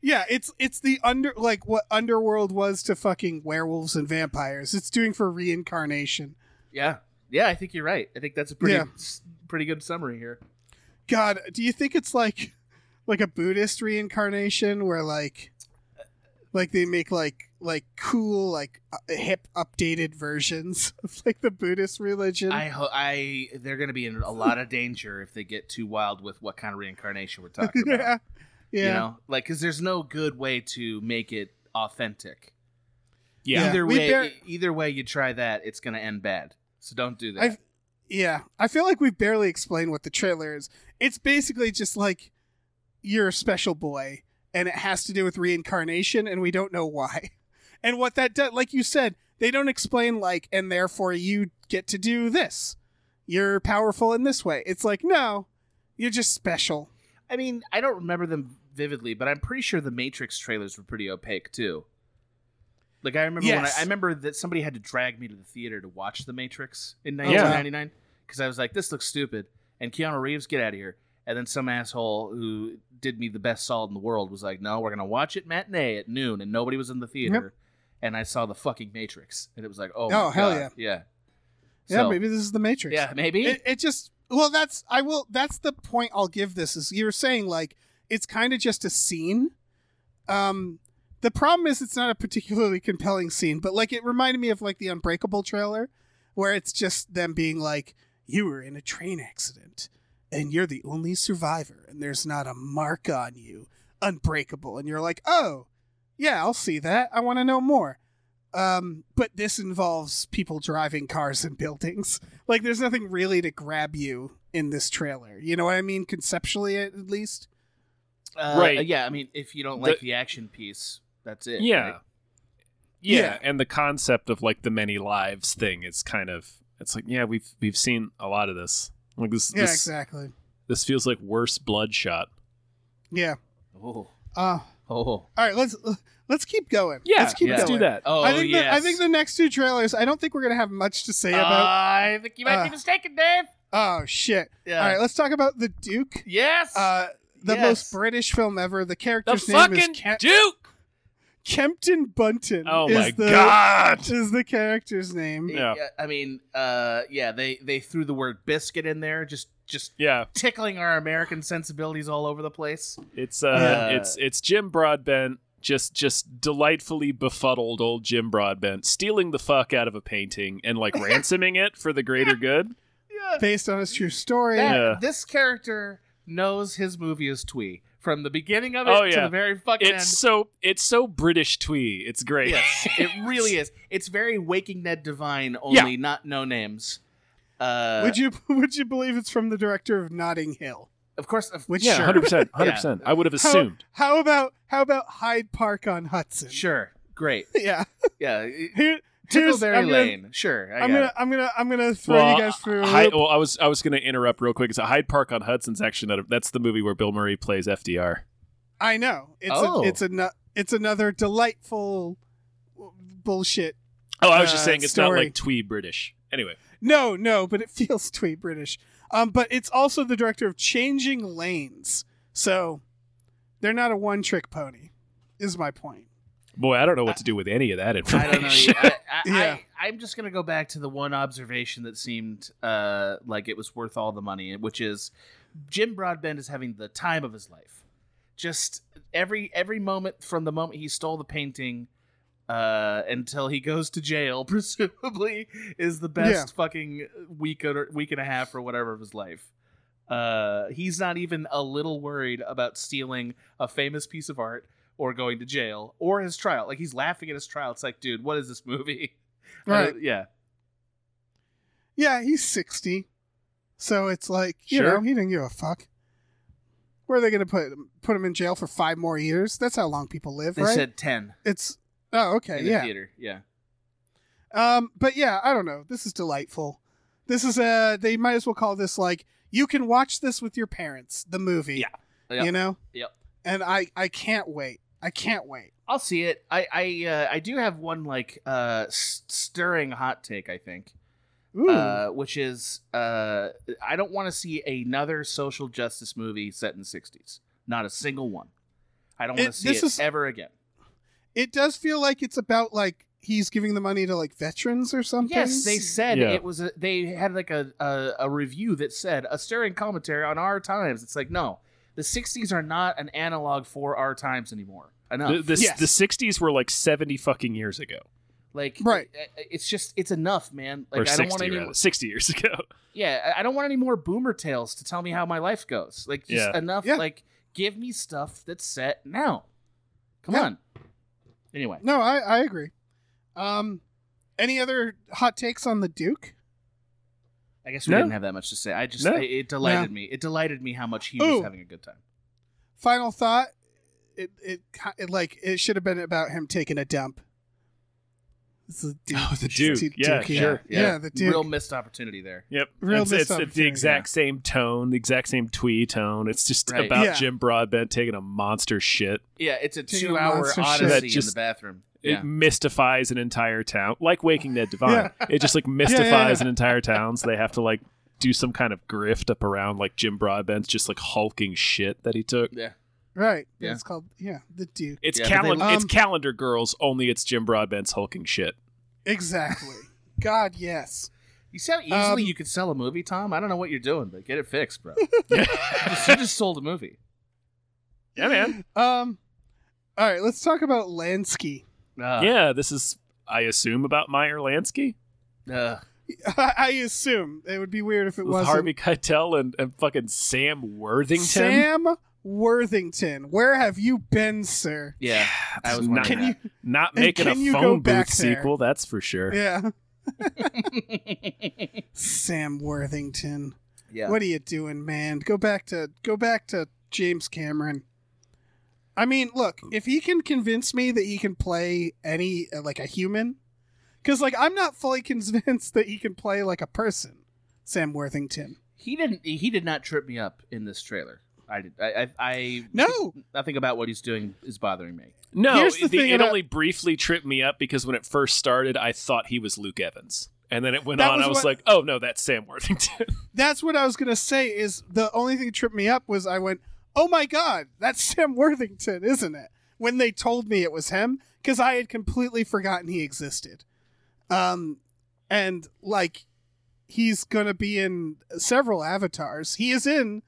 Yeah, it's it's the under like what underworld was to fucking werewolves and vampires. It's doing for reincarnation. Yeah. Yeah, I think you're right. I think that's a pretty Yeah. s- pretty good summary here. God, do you think it's like like a Buddhist reincarnation where like like they make like like cool like uh, hip updated versions of like the Buddhist religion? I ho- I they're going to be in a lot of danger if they get too wild with what kind of reincarnation we're talking about. yeah. Yeah. You know, like because there's no good way to make it authentic. Yeah. Either We way, bar- e- either way you try that, it's going to end bad. So don't do that. I've- Yeah, I feel like we've barely explained what the trailer is. It's basically just like you're a special boy, and it has to do with reincarnation, and we don't know why. And what that does, like you said, they don't explain, like, and therefore you get to do this. You're powerful in this way. It's like, no, you're just special. I mean, I don't remember them vividly, but I'm pretty sure the Matrix trailers were pretty opaque too. Like I remember when I, Yes. I remember that somebody had to drag me to the theater to watch the Matrix in wow. 1999 because I was like, "This looks stupid," and Keanu Reeves, get out of here. And then some asshole who did me the best solid in the world was like, "No, we're gonna watch it matinee at noon," and nobody was in the theater. And I saw the fucking Matrix, and it was like, "Oh, my Oh, hell God. yeah, Yeah, So- maybe this is the Matrix. yeah, maybe." it, it just well that's i will that's the point i'll give this is you're saying like it's kind of just a scene um the problem is it's not a particularly compelling scene but like it reminded me of like the unbreakable trailer where it's just them being like you were in a train accident and you're the only survivor and there's not a mark on you unbreakable and you're like oh yeah i'll see that i want to know more um, but this involves people driving cars and buildings like there's nothing really to grab you in this trailer. You know what I mean? Conceptually, at at least. Uh, Right. Yeah, I mean, if you don't The- like the, action piece, that's it. Yeah. right? yeah Yeah. and the concept of like the many lives thing is kind of it's like yeah we've we've seen a lot of this like this Yeah, this, exactly. this feels like worse bloodshot Yeah. Oh, Uh, oh. all right. Let's uh, let's keep going. let's keep let's going. do that Oh, I think yes. Uh, the, I think the next two trailers. I don't think we're gonna have much to say about. I think you might uh, be mistaken, Dave. Oh shit! Yeah. All right, let's talk about the Duke. Yes. Uh, the Yes. most British film ever. The the character's name is fucking Kemp- Duke. Kempton Bunton. oh is my the, god Is the character's name? Yeah. I mean, uh, yeah, they they threw the word biscuit in there, just just yeah tickling our American sensibilities all over the place. it's uh, Yeah. it's it's jim broadbent just just delightfully befuddled old jim broadbent stealing the fuck out of a painting and like ransoming it for the greater good Yeah. Based on his true story. That- Yeah. This character knows his movie is twee from the beginning of it Oh, to yeah. the very fucking it's so it's so british twee it's great end. Yes, it really is. It's very Waking Ned Divine, only not no names. Uh, would you would you believe it's from the director of Notting Hill? Of course, of, Which yeah sure. 100% 100% i would have How- assumed How, about how about Hyde Park on Hudson? sure, great. Yeah. Yeah, Here, here's Tickleberry I'm Lane. Sure, I Gonna, I'm got gonna it. I'm gonna I'm gonna throw you guys through. a Hy- loop. well, I was I was going to interrupt real quick. It's a Hyde Park on Hudson's actually not a- that's the movie where Bill Murray plays FDR. I know it's Oh. a, it's a it's another delightful bullshit. Oh, I was Uh, just saying it's not story. like twee British. Anyway, No, no, but it feels twee British. Um, but it's also the director of Changing Lanes, so they're not a one trick pony. Is my point. boy, I don't know what to do with any of that I don't know. information. I, I, Yeah. I, I'm just gonna go back to the one observation that seemed uh, like it was worth all the money, which is Jim Broadbent is having the time of his life. Just every every moment from the moment he stole the painting uh, until he goes to jail, presumably, is the best fucking week or week and a half or whatever of his life. Uh, he's not even a little worried about stealing a famous piece of art or going to jail or his trial. Like he's laughing at his trial. It's like, dude, what is this movie? I Right. don't- yeah. Yeah, he's 60. So it's like, you Sure. know, he didn't give a fuck. Where are they going to put him? Put him in jail for five more years? That's how long people live, They right? said 10 it's oh, okay, in the yeah. theater. Yeah. Um, but yeah, I don't know. This is delightful. This is uh They might as well call this like you can watch this with your parents. The movie. Yeah. Yep. You know. Yep. And I I can't wait. I can't wait. I'll see it. I I uh, I do have one like uh s- stirring hot take, I think. Ooh. Uh which is uh I don't want to see another social justice movie set in the 60s. Not a single one. I don't want It- to see this it is- ever again. it does feel like it's about like he's giving the money to like veterans or something. Yes, they said Yeah. it was. A, they had like a, a a review that said a stirring commentary on our times. It's like no, the '60s are not an analog for our times anymore. Enough. The, the, Yes. the 60s were like 70 fucking years ago. like Right. it- It's just it's enough, man. Like or I 60, don't want any. rather. 60 years ago. Yeah, I I don't want any more boomer tales to tell me how my life goes. Like just Yeah. enough. Yeah. Like give me stuff that's set now. Come Yeah. on. Anyway, No, I I agree. Um, any other hot takes on the Duke? I guess we No. didn't have that much to say. I just No. I- it delighted me. It delighted me how much he Ooh. was having a good time. Final thought. It it, ki- it like it should have been about him taking a dump. This is Duke. Oh, the It's Duke. Duke Yeah, here. sure. Yeah, the Duke. Real missed opportunity there. Yep. Real it's, it's, it's the misunderstanding. exact same tone, the exact same twee tone. It's just Right. about Yeah. Jim Broadbent taking a monster shit. Yeah, it's a Taking a two hour monster shit. That odyssey in just- the bathroom. It Yeah. mystifies an entire town, like Waking Dead Divine. It just like mystifies an entire town, so they have to like do some kind of grift up around like Jim Broadbent's just like hulking shit that he took. yeah. Right. Yeah. It's called yeah, the Duke. It's Yeah, but they- calendar, it's Um, calendar girls. Only it's Jim Broadbent's hulking shit. Exactly. God, yes. You see how easily Um, you could sell a movie, Tom? I don't know what you're doing, but get it fixed, bro. you, just, you just sold a movie. Yeah, man. Um all right, let's talk about Lansky. Uh, yeah, this is I assume about Meyer Lansky uh, I assume it would be weird if it with wasn't Harvey Keitel and, and fucking Sam Worthington. Sam Worthington. Where have you been, sir? yeah. I was not, wondering Can not and making a can you go phone booth back there? sequel. That's for sure. Yeah. that. Sam Worthington. yeah. What are you doing, man? Go back to go back to James Cameron. I mean, look, if he can convince me that he can play any uh, like a human, because like I'm not fully convinced that he can play like a person, Sam Worthington. He didn't. He did not trip me up in this trailer. I did. I. I, I No, Nothing about what he's doing is bothering me. No, Here's the the thing it about- only briefly tripped me up because when it first started, I thought he was Luke Evans, and then it went That on. was I was what- like, oh no, that's Sam Worthington. that's what I was gonna say. Is the only thing that tripped me up was I went, "Oh my god, that's Sam Worthington, isn't it?" When they told me it was him, because I had completely forgotten he existed. Um, and like, he's gonna be in several avatars. He is in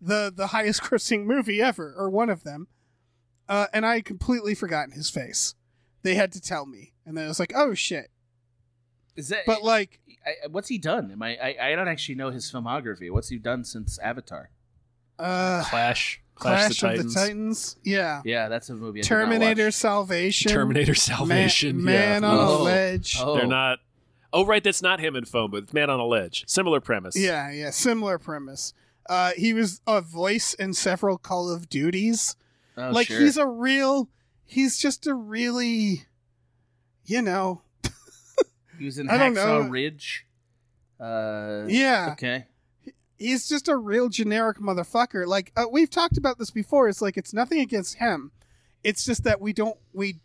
the the highest grossing movie ever, or one of them. Uh, and I had completely forgotten his face. They had to tell me, and then I was like, "Oh shit!" Is that? But like, I, what's he done? Am I, I? I don't actually know his filmography. What's he done since Avatar? uh, Clash, Clash, the of the Titans, yeah. Yeah, that's a movie. I did not watch. Terminator Salvation. Terminator Salvation, Ma- Man, yeah. on a Oh. Ledge. Oh, They're not. Oh right, that's not him in phone booth. Man on a ledge. Similar premise. Yeah, yeah. Similar premise. Uh, he was a voice in several Call of Duties. oh, like sure. he's a real. He's just a really, you know. He was in I don't Hacksaw know. Ridge. Uh, Yeah. Okay. he's just a real generic motherfucker. Like uh, we've talked about this before. It's like it's nothing against him. It's just that we don't we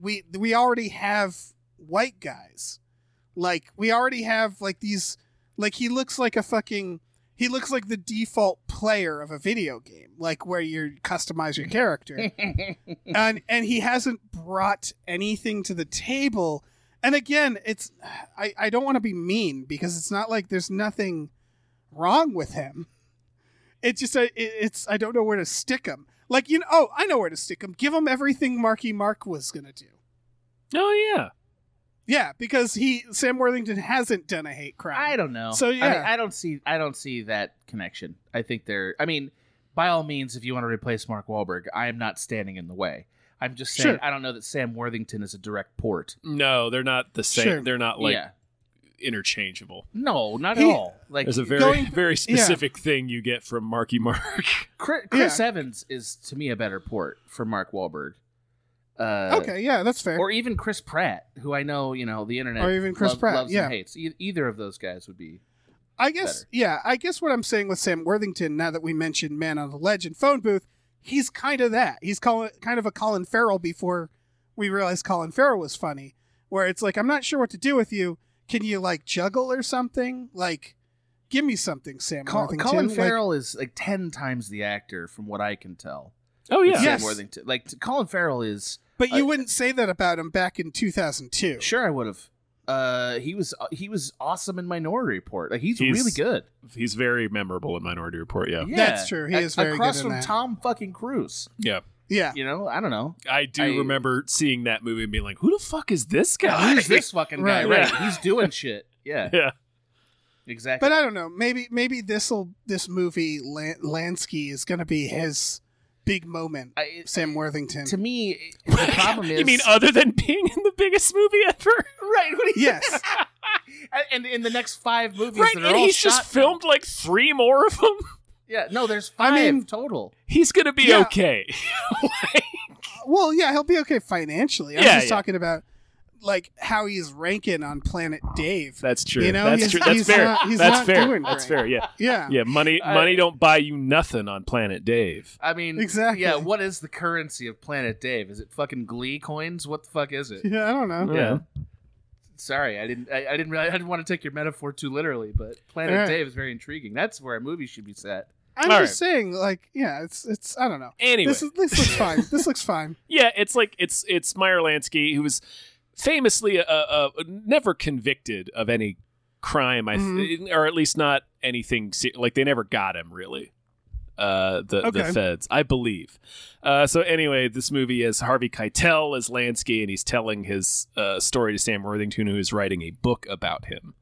we we already have white guys. Like we already have like these. Like he looks like a fucking. He looks like the default player of a video game, like where you customize your character, and and he hasn't brought anything to the table. And again, it's I, I don't want to be mean because it's not like there's nothing wrong with him. It's just I- it, it's I don't know where to stick him. Like you know, oh I know where to stick him. Give him everything Marky Mark was gonna do. Oh yeah. Yeah, because he Sam Worthington hasn't done a hate crime. I don't know. So, I mean, yeah. I, don't see. I don't see that connection. I think they're. I mean, by all means, if you want to replace Mark Wahlberg, I am not standing in the way. I'm just saying, Sure. I don't know that Sam Worthington is a direct port. No, they're not the same. Sure. They're not like yeah. interchangeable. No, not He- at all. Like There's a very going- very specific thing you get from Marky Mark. Chris, Chris Evans is to me a better port for Mark Wahlberg. Uh, okay, yeah, that's fair. Or even Chris Pratt, who I know, you know, the internet Or even Chris love- Pratt, loves yeah. and hates. E- either of those guys would be. I guess, better. yeah, I guess what I'm saying with Sam Worthington, now that we mentioned Man on the Legend phone booth, he's kind of that. He's call- kind of a Colin Farrell before we realized Colin Farrell was funny, where it's like, I'm not sure what to do with you. Can you like juggle or something? Like, give me something, Sam Col- Worthington. Colin Like, Farrell is like ten times the actor, from what I can tell. Oh Sam Yes. Worthington. Like t- Colin Farrell is but you uh, wouldn't say that about him back in 2002. sure I would have. Uh, he was he was awesome in Minority Report. Like he's, He's- really good. He's very memorable in Minority Report. Yeah, Yeah. That's true. He A- is very across good in from that. Tom fucking Cruise. yeah. Yeah. You know, I don't know. I do I- remember seeing that movie and being like, "Who the fuck is this guy?" Who's this fucking guy? Right, Right, yeah. he's doing shit. Yeah, yeah. exactly. But I don't know. Maybe maybe this'll this movie Lan- Lansky is going to be his big moment. I, it- Sam Worthington. to me, the problem is you mean other than being in the biggest movie ever? right? What do you- Yes. and in the next five movies Right, that are and all he's shot just filmed like three more of them. Yeah, no, there's I five mean- total. He's gonna be Yeah. okay. Well, yeah, he'll be okay financially. I'm Yeah, just yeah. talking about like how he's ranking on Planet Dave. That's true. You know, That's he's- true. That's he's fair. not- he's That's not fair. doing That's great. fair. Yeah. yeah. Yeah. Money I- money don't buy you nothing on Planet Dave. I mean, Exactly. Yeah, what is the currency of Planet Dave? Is it fucking Glee coins? What the fuck is it? Yeah, I don't know. Yeah. Sorry, I didn't. I, I didn't. Really, I didn't want to take your metaphor too literally, but Planet All right. Dave is very intriguing. That's where a movie should be set. I'm All just saying, like, yeah, it's it's I don't know. Anyway. This is, this looks fine. this looks fine. Yeah, it's like it's it's Meyer Lansky who was famously uh, uh, never convicted of any crime, I th- Mm-hmm. or at least not anything se- like they never got him really. Uh, the the Okay. feds, I believe. Uh, so anyway, this movie is Harvey Keitel as Lansky, and he's telling his uh, story to Sam Worthington, who is writing a book about him.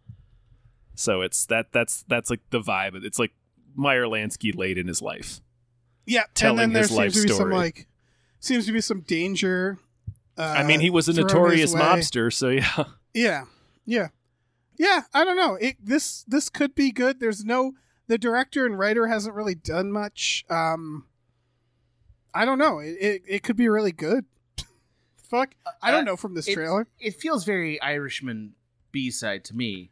So it's that that's that's like the vibe. It's like Meyer Lansky late in his life. Yeah. Telling and then there his seems life to be some story. like seems to be some danger. Uh, I mean, he was a thrown his notorious way. mobster, so yeah. Yeah. Yeah. Yeah, I don't know. It this this could be good. There's no the director and writer hasn't really done much. Um I don't know. It it, it could be really good. Fuck. I Uh, don't know from this it- trailer. It feels very Irishman B side to me.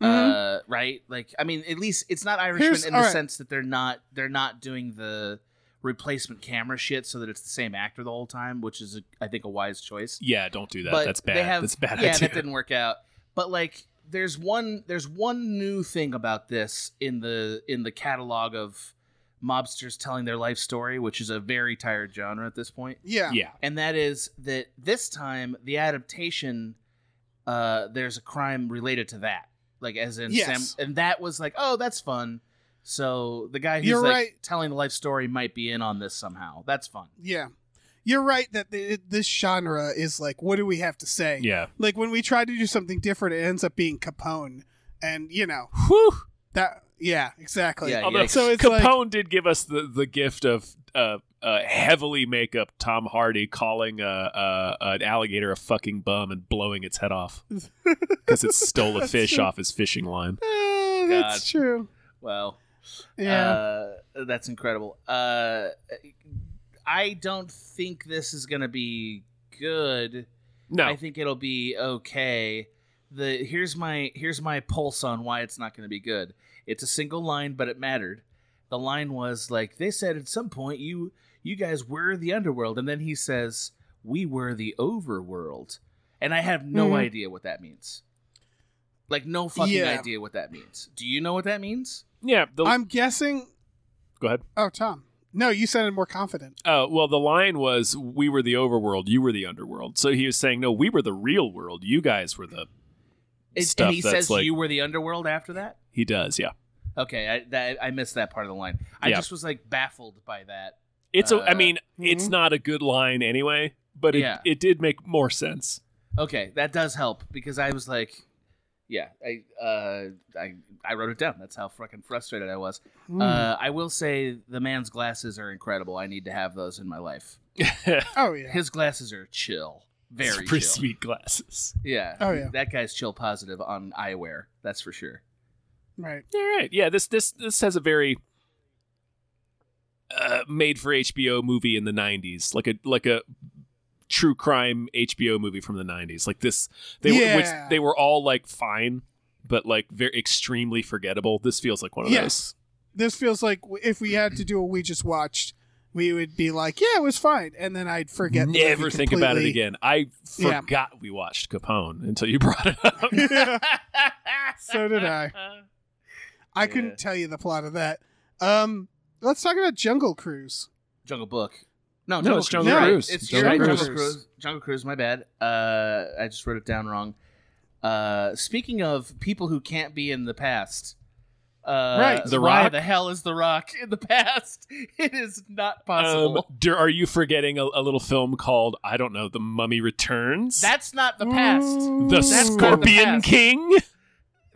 Mhm. Uh, right? Like, I mean, at least it's not Irishman Here's- in the all right. sense that they're not they're not doing the replacement camera shit so that it's the same actor the whole time, which is a, I think a wise choice. Yeah, don't do that. but That's they bad. have- That's a bad Yeah, idea. that didn't work out. But like, there's one there's one new thing about this in the in the catalog of mobsters telling their life story, which is a very tired genre at this point yeah. yeah. and that is that this time the adaptation uh there's a crime related to that like as in Yes. Sam and that was like oh that's fun so the guy who's You're like right. telling the life story might be in on this somehow that's fun Yeah. You're right that the, this genre is like what do we have to say? Yeah. Like when we try to do something different it ends up being Capone and you know, Whew. that yeah, exactly. Yeah, Although yikes. So it's like- Capone did give us the, the gift of uh, uh, heavily makeup Tom Hardy calling uh, uh, an alligator a fucking bum and blowing its head off because it stole a That's fish true. off his fishing line. Oh, that's God. true. well Yeah. uh, that's incredible uh i don't think this is gonna be good No, I think it'll be okay. The here's my here's my pulse on why it's not going to be good. It's a single line, but it mattered. The line was like they said at some point you you guys were the underworld, and then he says we were the overworld, and I have no Mhm. idea what that means. Like no fucking Yeah. idea what that means. Do you know what that means? yeah. The, I'm guessing go ahead. Oh, Tom. No, you sounded more confident. Uh, well, the line was, "We were the overworld, you were the underworld." So he was saying, "No, we were the real world. You guys were the." It- Stuff and he that's says like- you were the underworld after that. He does, yeah. Okay, I that, I missed that part of the line. I Yeah. just was like baffled by that. It's a. I Uh, mean, it's mhm. not a good line anyway, but it Yeah. it did make more sense. Okay, that does help because I was like, yeah, I uh, I I wrote it down. That's how fucking Hmm. frustrated I was. Uh, I will say the man's glasses are incredible. I need to have those in my life. Oh yeah. His glasses are chill. Very pretty chill. sweet glasses. Yeah. Oh, yeah. That guy's chill positive on eyewear. That's for sure. right. All right. Yeah, this this this has a very uh, made for HBO movie in the 90s, like a like a true crime HBO movie from the 90s. Like this they were which Yeah. they were all like fine, but like very extremely forgettable. This feels like one of Yes. This feels like w- if we had to do a we just watched, we would be like, yeah, it was fine, and then I'd forget. those. the Never movie think about it completely. again. I Yeah. forgot we watched Capone until you brought it up. so did I. I Yeah. couldn't tell you the plot of that. Um, let's talk about Jungle Cruise. Jungle Book. No, No, Jungle it's Cruise. Jungle You're right. Cruise. It's Jungle you're right, Cruise. Jungle Cruise. Jungle Cruise. My bad. Uh, I just wrote it down wrong. Uh, speaking of people who can't be in the past, uh, Right. The why Rock? the hell is the Rock in the past? It is not Um, possible. do- are you forgetting a, a little film called I don't know, The Mummy Returns? that's not the past. the that's not the Scorpion past. King?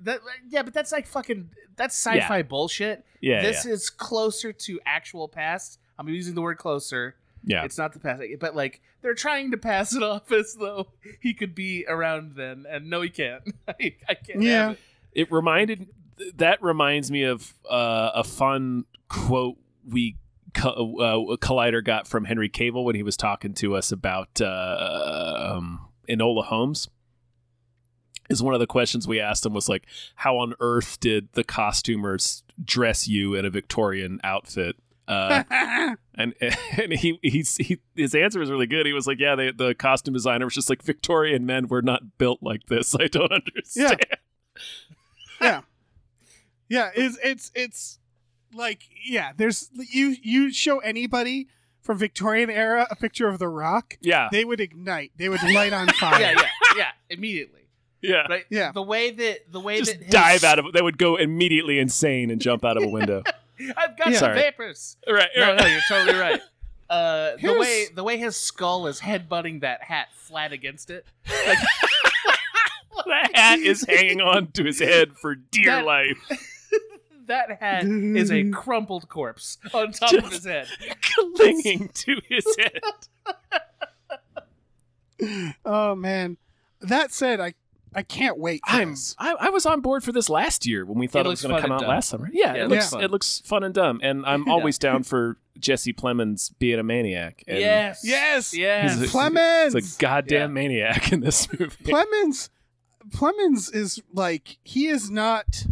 That, yeah, but that's like fucking that's sci-fi bullshit. Yeah, this is closer to actual past. I'm using the word closer. yeah. It's not the past, but like they're trying to pass it off as though he could be around then, and no, he can't. I, I can't. Yeah. have it. it reminded th- that reminds me of uh, a fun quote we co- uh, collider got from henry cable when he was talking to us about uh, um, enola holmes is one of the questions we asked him was like how on earth did the costumers dress you in a victorian outfit uh, and and he, he's he his answer was really good. He was like, "Yeah, they, the costume designer was just like Victorian men were not built like this. I don't understand." yeah, it's it's it's like yeah. There's you you show anybody from Victorian era a picture of the Rock, Yeah, they would ignite. They would light on fire. yeah, yeah, yeah. Immediately, yeah. right? Yeah. The way that the way just that his- dive out of they would go immediately insane and jump out of a window I've got Yeah. some Sorry. vapors. right, No, no, you're totally right. Uh, the Here's- way the way his skull is headbutting that hat flat against it. Like, that hat is hanging on to his head for dear That- life that hat is a crumpled corpse on top of Just- his head. clinging to his head Oh man. That said, I I can't wait. For i'm this. I, I was on board for this last year when we thought it, was looks going to fun come and out dumb. last summer yeah, Yeah, it it looks looks fun. it looks fun and dumb and i'm Yeah. always down for jesse plemons being a maniac and yes. Yes. Yes. He's a- Clemens. he's a goddamn maniac in this movie Clemens Clemens is like he is not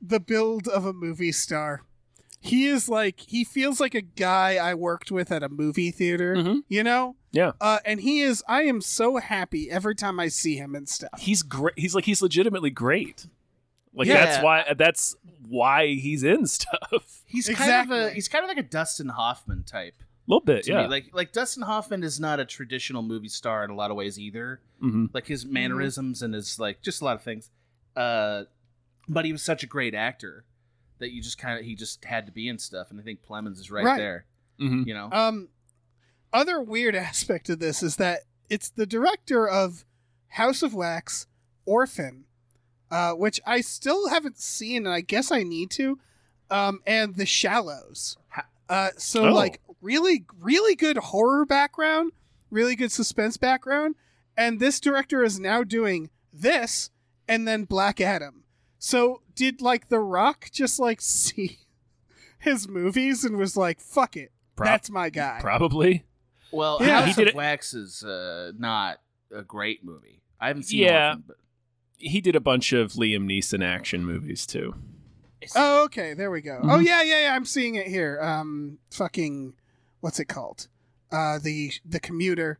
the build of a movie star. He is like he feels like a guy I worked with at a movie theater, Mhm. you know? Yeah. Uh, and he is I am so happy every time I see him and stuff. he's great he's like he's legitimately great like Yeah. that's why that's why he's in stuff He's kind of a Exactly. he's kind of like a Dustin Hoffman type. a little bit To yeah me. Like like Dustin Hoffman is not a traditional movie star in a lot of ways either. Mhm. Like his Mm-hmm. mannerisms and his like just a lot of things. Uh but he was such a great actor that you just kind of he just had to be in stuff and I think Plemons is right, Right. there, Mhm. you know. Um other weird aspect of this is that it's the director of House of Wax, Orphan, uh, which I still haven't seen, and I guess I need to. Um, and The Shallows. Ha- Uh, so Oh. like really, really good horror background, really good suspense background, and this director is now doing this and then Black Adam. So did like The Rock just like see his movies and was like, "Fuck it, Prob- that's my guy." Probably. well, yeah, he House did of it- Wax is uh not a great movie. I haven't seen Yeah. Orphan, but He did a bunch of Liam Neeson action movies too. Oh, okay. There we go. Oh, Mhm. yeah, yeah, yeah. I'm seeing it here. Um, fucking, what's it called? Uh, the the commuter,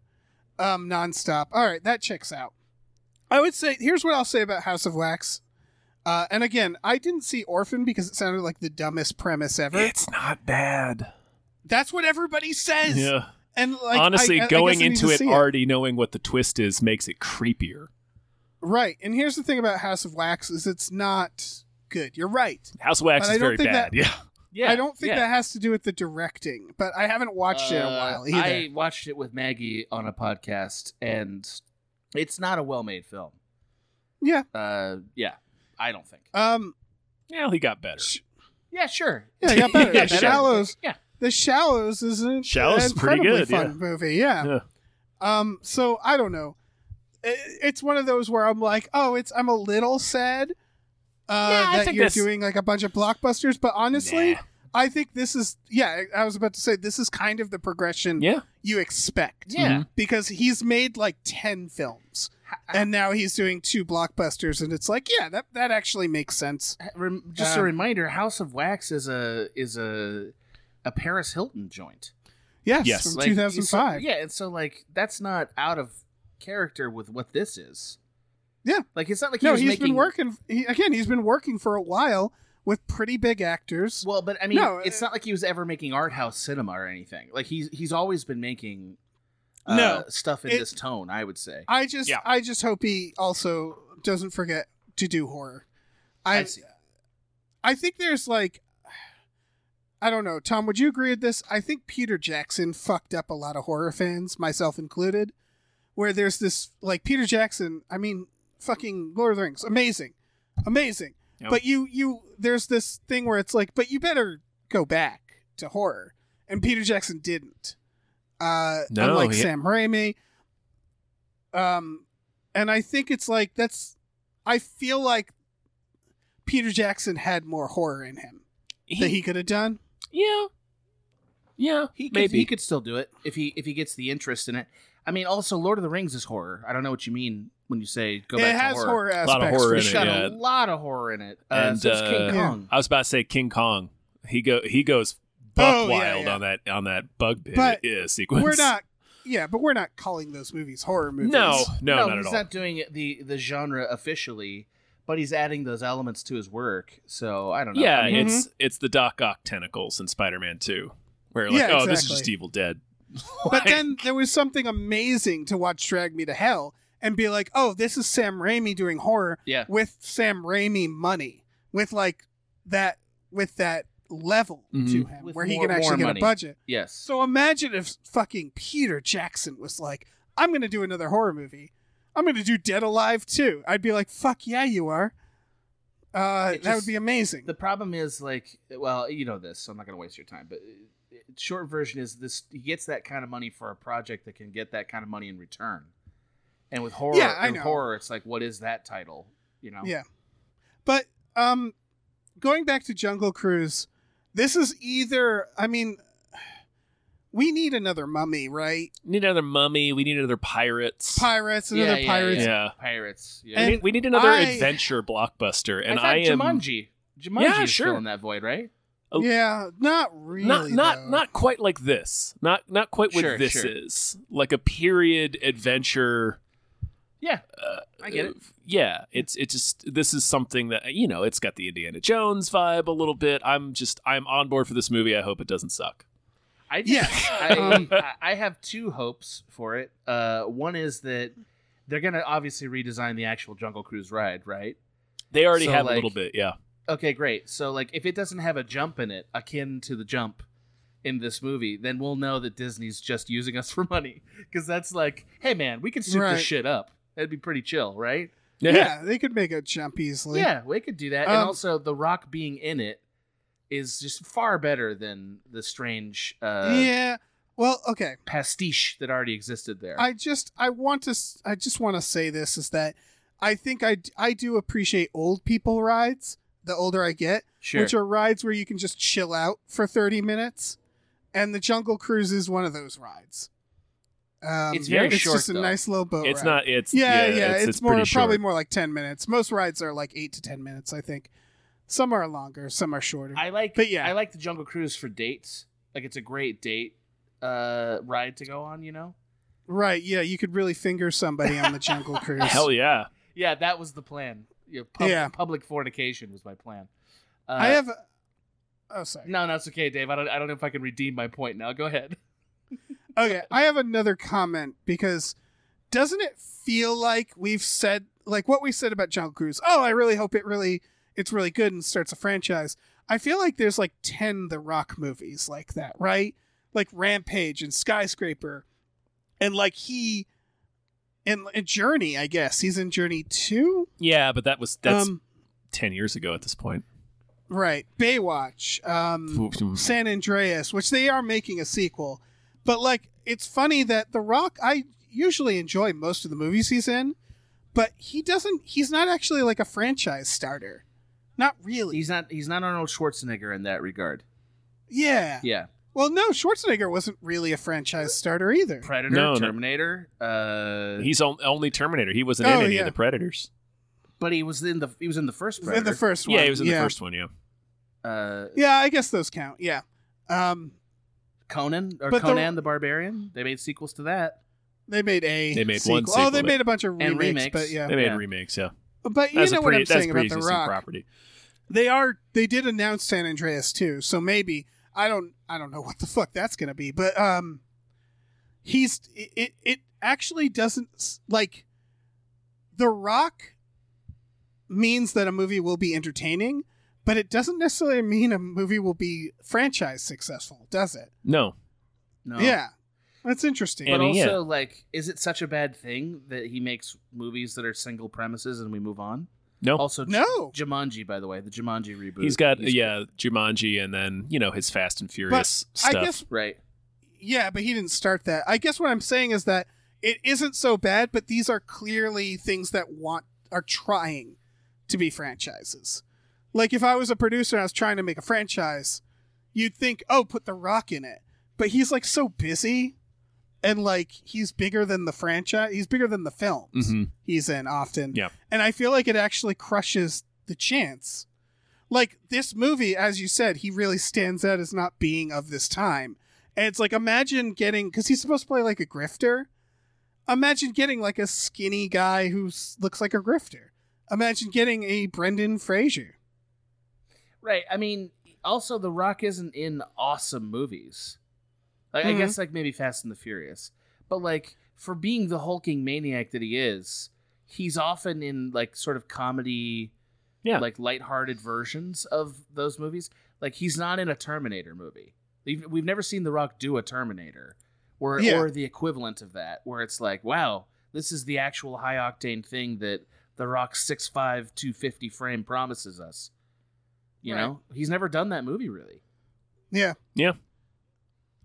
um, nonstop. All right, that checks out. I would say here's what I'll say about House of Wax. Uh, and again, I didn't see Orphan because it sounded like the dumbest premise ever. not bad. That's what everybody says. Yeah. And like, Honestly, I- I- I going guess I need into to it see already knowing what the twist is makes it creepier. right. And here's the thing about House of Wax is it's not good. You're right. House of Wax But I is very don't think bad. that- yeah. yeah. I don't think yeah. that has to do with the directing, but I haven't watched it in a Uh, while either. I watched it with Maggie on a podcast, and it's not a well-made film. Yeah. Uh, yeah, I don't think. Um, Yeah, he got better. Sh- Yeah, sure. Yeah, it got better. Yeah, Shallows. Yeah. The Shallows is an Shallows is pretty incredibly good, fun movie. Yeah. Yeah. Um. So I don't know. I- It's one of those where I'm like, oh, it's I'm a little sad uh, Yeah, I that think you're this- doing like a bunch of blockbusters, but honestly, Nah. I think this is yeah. I I was about to say this is kind of the progression Yeah. you expect. Yeah. Because he's made like ten films, and now he's doing two blockbusters, and it's like, yeah, that that actually makes sense. Rem- just a Um, reminder: House of Wax is a is a a Paris Hilton joint. Yes, Yes. from Like, two thousand five. so- yeah, and so like that's not out of character with what this is. Yeah. like it's not like he no, was he's making, been working. He, again, he's been working for a while with pretty big actors. Well, but I mean, No, it's uh, not like he was ever making art house cinema or anything. Like he's he's always been making uh, No, stuff in it- this tone. I would say. I just, Yeah. I just hope he also doesn't forget to do horror. I, I see. I think there's like, I don't know, Tom. Would you agree with this? I think Peter Jackson fucked up a lot of horror fans, myself included. Where there's this like Peter Jackson. I mean, fucking Lord of the Rings, amazing, amazing. Yep. But you, you, there's this thing where it's like, but you better go back to horror, and Peter Jackson didn't. Uh, No, unlike he- Sam Raimi. Um, and I think it's like that's. I feel like Peter Jackson had more horror in him that he could have done. yeah. Yeah. He could, maybe. he could still do it if he if he gets the interest in it. I mean, also Lord of the Rings is horror. I don't know what you mean when you say go it back has to horror. horror of aspects. horror in for it, It's sure. got yeah. a lot of horror in it. Uh, And, so it's King uh, Kong. I was about to say King Kong. He go he goes buck Oh, yeah, wild yeah. on that on that bug pit But uh, sequence. We're not, yeah, but we're not calling those movies horror movies. No, no, not at he's all. not doing it- the the genre officially, but he's adding those elements to his work. So I don't know. yeah, I mean, it's it's the Doc Ock tentacles in Spider-Man 2 where like, Yeah, oh, this is exactly. just Evil Dead. But then there was something amazing to watch Drag Me to Hell and be like, oh, this is Sam Raimi doing horror yeah. with Sam Raimi money, with like that, with that level to Mhm. him With where he more- can actually more get money. a budget. Yes. So imagine if fucking Peter Jackson was like, I'm going to do another horror movie. I'm going to do Dead Alive too. I'd be like, fuck yeah, you are. Uh, It that just- would be amazing. the problem is like, well, you know this, so I'm not going to waste your time. But uh, short version is this: he gets that kind of money for a project that can get that kind of money in return. And with horror, Yeah, I with know. horror, it's like, what is that title? You know? Yeah. But um, going back to Jungle Cruise, this is either, I mean, we need another mummy, right? need another mummy, we need another pirates. Pirates, Yeah, another yeah, pirates. yeah. Pirates. Yeah. We And need, we need another I- adventure blockbuster and I, I, thought am Jumanji. Jumanji Yeah, is sure. filling that void, right? Oh. Yeah, not really. not not though. not quite like this. Not not quite what Sure, this sure. is. Like a period adventure Yeah, uh, I get it. uh, Yeah, it's it just this is something that you know it's got the Indiana Jones vibe a little bit. I'm just I'm on board for this movie. I hope it doesn't suck. I just, Yeah. I, I I have two hopes for it. Uh, one is that they're gonna obviously redesign the actual Jungle Cruise ride, right? They already So, have like- a little bit. Yeah, Okay, great. So like, if it doesn't have a jump in it akin to the jump in this movie, then we'll know that Disney's just using us for money because that's like, hey man, we could soup Right. this shit up. That'd be pretty chill, right? Yeah, they could make a jump easily. Yeah, we could do that. and Um, also, The Rock being in it is just far better than the strange uh, yeah. Well, okay. pastiche that already existed there. I just I want to s- I just want to say this is that I think I d- I do appreciate old people rides the older I get, sure. which are rides where you can just chill out for 30 minutes and the Jungle Cruise is one of those rides. Um, It's very it's short, just a though. nice little boat it's ride. not. It's yeah, yeah, It's, it's, it's more pretty short. probably more like 10 minutes. Most rides are like 8 to 10 minutes, I think. Some are longer, some are shorter. I like, But yeah. I like the Jungle Cruise for dates. Like it's a great date uh, ride to go on. You know, right, yeah, you could really finger somebody on the Jungle Cruise. Hell yeah! yeah, that was the plan. Yeah, pub- Yeah. public fornication was my plan. Uh, I have a- Oh, sorry. no, no, it's okay, Dave. I don't, I don't know if I can redeem my point now. Go ahead. Okay, I have another comment because doesn't it feel like we've said like what we said about Jungle Cruise? Oh, I really hope it really it's really good and starts a franchise. I feel like there's like 10 The Rock movies like that, right? Like Rampage and Skyscraper. And like he and, and Journey, I guess. He's in Journey 2. Yeah, but that was that's um ten years ago at this point. Right. Baywatch, um, San Andreas, which they are making a sequel. But like it's funny that The Rock I usually enjoy most of the movies he's in, but he doesn't he's not actually like a franchise starter. Not really. He's not. He's not Arnold Schwarzenegger in that regard. yeah. Yeah. Well, no, Schwarzenegger wasn't really a franchise starter either. Predator, No, no. Terminator. Uh, He's on, only Terminator. He wasn't in Oh, any yeah. of the Predators. but he was in the he was in the first Predator. In the first one. Yeah, he was in the first one. Yeah. uh, Yeah, I guess those count. Yeah. Um Conan or But the- Conan the, Barbarian. They made sequels to that. they made a They made sequel. one Oh, sequel they that- made a bunch of remakes, And remakes. but yeah. They made Yeah. remakes. Yeah. But you That's know a what pretty, I'm that's saying about the pre-existing Rock. property. They are. They did announce San Andreas too, so maybe I don't. I don't know what the fuck that's gonna be, but um, he's it. It, it actually doesn't s- like the Rock means that a movie will be entertaining, but it doesn't necessarily mean a movie will be franchise successful, does it? No. No. Yeah, that's interesting. But I mean, also, yeah. like, is it such a bad thing that he makes movies that are single premises and we move on? No. Also, No. J- Jumanji, by the way, the Jumanji reboot. He's got yeah Jumanji and then you know his Fast and Furious I stuff. guess right. Yeah, but he didn't start that. I guess what I'm saying is that it isn't so bad, but these are clearly things that want are trying to be franchises. Like if I was a producer and I was trying to make a franchise, you'd think, "Oh, put The Rock in it." But he's like so busy and like he's bigger than the franchise. He's bigger than the films Mhm. he's in often. Yeah. And I feel like it actually crushes the chance. Like this movie, as you said, he really stands out as not being of this time. And it's like imagine getting because he's supposed to play like a grifter. Imagine getting like a skinny guy who s- looks like a grifter. Imagine getting a Brendan Fraser. Right. I mean, also The Rock isn't in awesome movies. Like Mhm. I guess like maybe Fast and the Furious. But like for being the hulking maniac that he is, he's often in like sort of comedy Yeah. like lighthearted versions of those movies. Like he's not in a Terminator movie. We've, we've never seen The Rock do a Terminator or Yeah. or the equivalent of that where it's like, wow, this is the actual high octane thing that The Rock's 6'5 250 frame promises us. You Right. know, he's never done that movie really. Yeah. Yeah.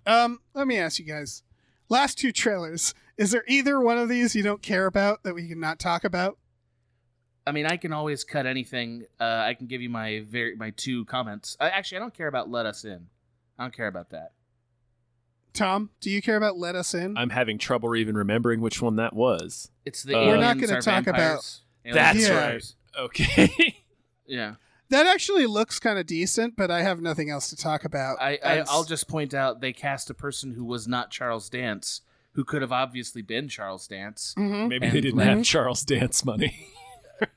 Um, let me ask you guys. Last two trailers. Is there either one of these you don't care about that we can not talk about? I mean, I can always cut anything. Uh, I can give you my very my two comments. I, actually, I don't care about Let Us In. I don't care about that. Tom, do you care about Let Us In? I'm having trouble even remembering which one that was. It's the Uh, We're not going gonna to talk about- That's Yeah. right. Okay. Yeah, That actually looks kind of decent, but I have nothing else to talk about. I, I As- I'll just point out they cast a person who was not Charles Dance, who could have obviously been Charles Dance. Mhm. Maybe And they didn't Len. have Charles Dance money.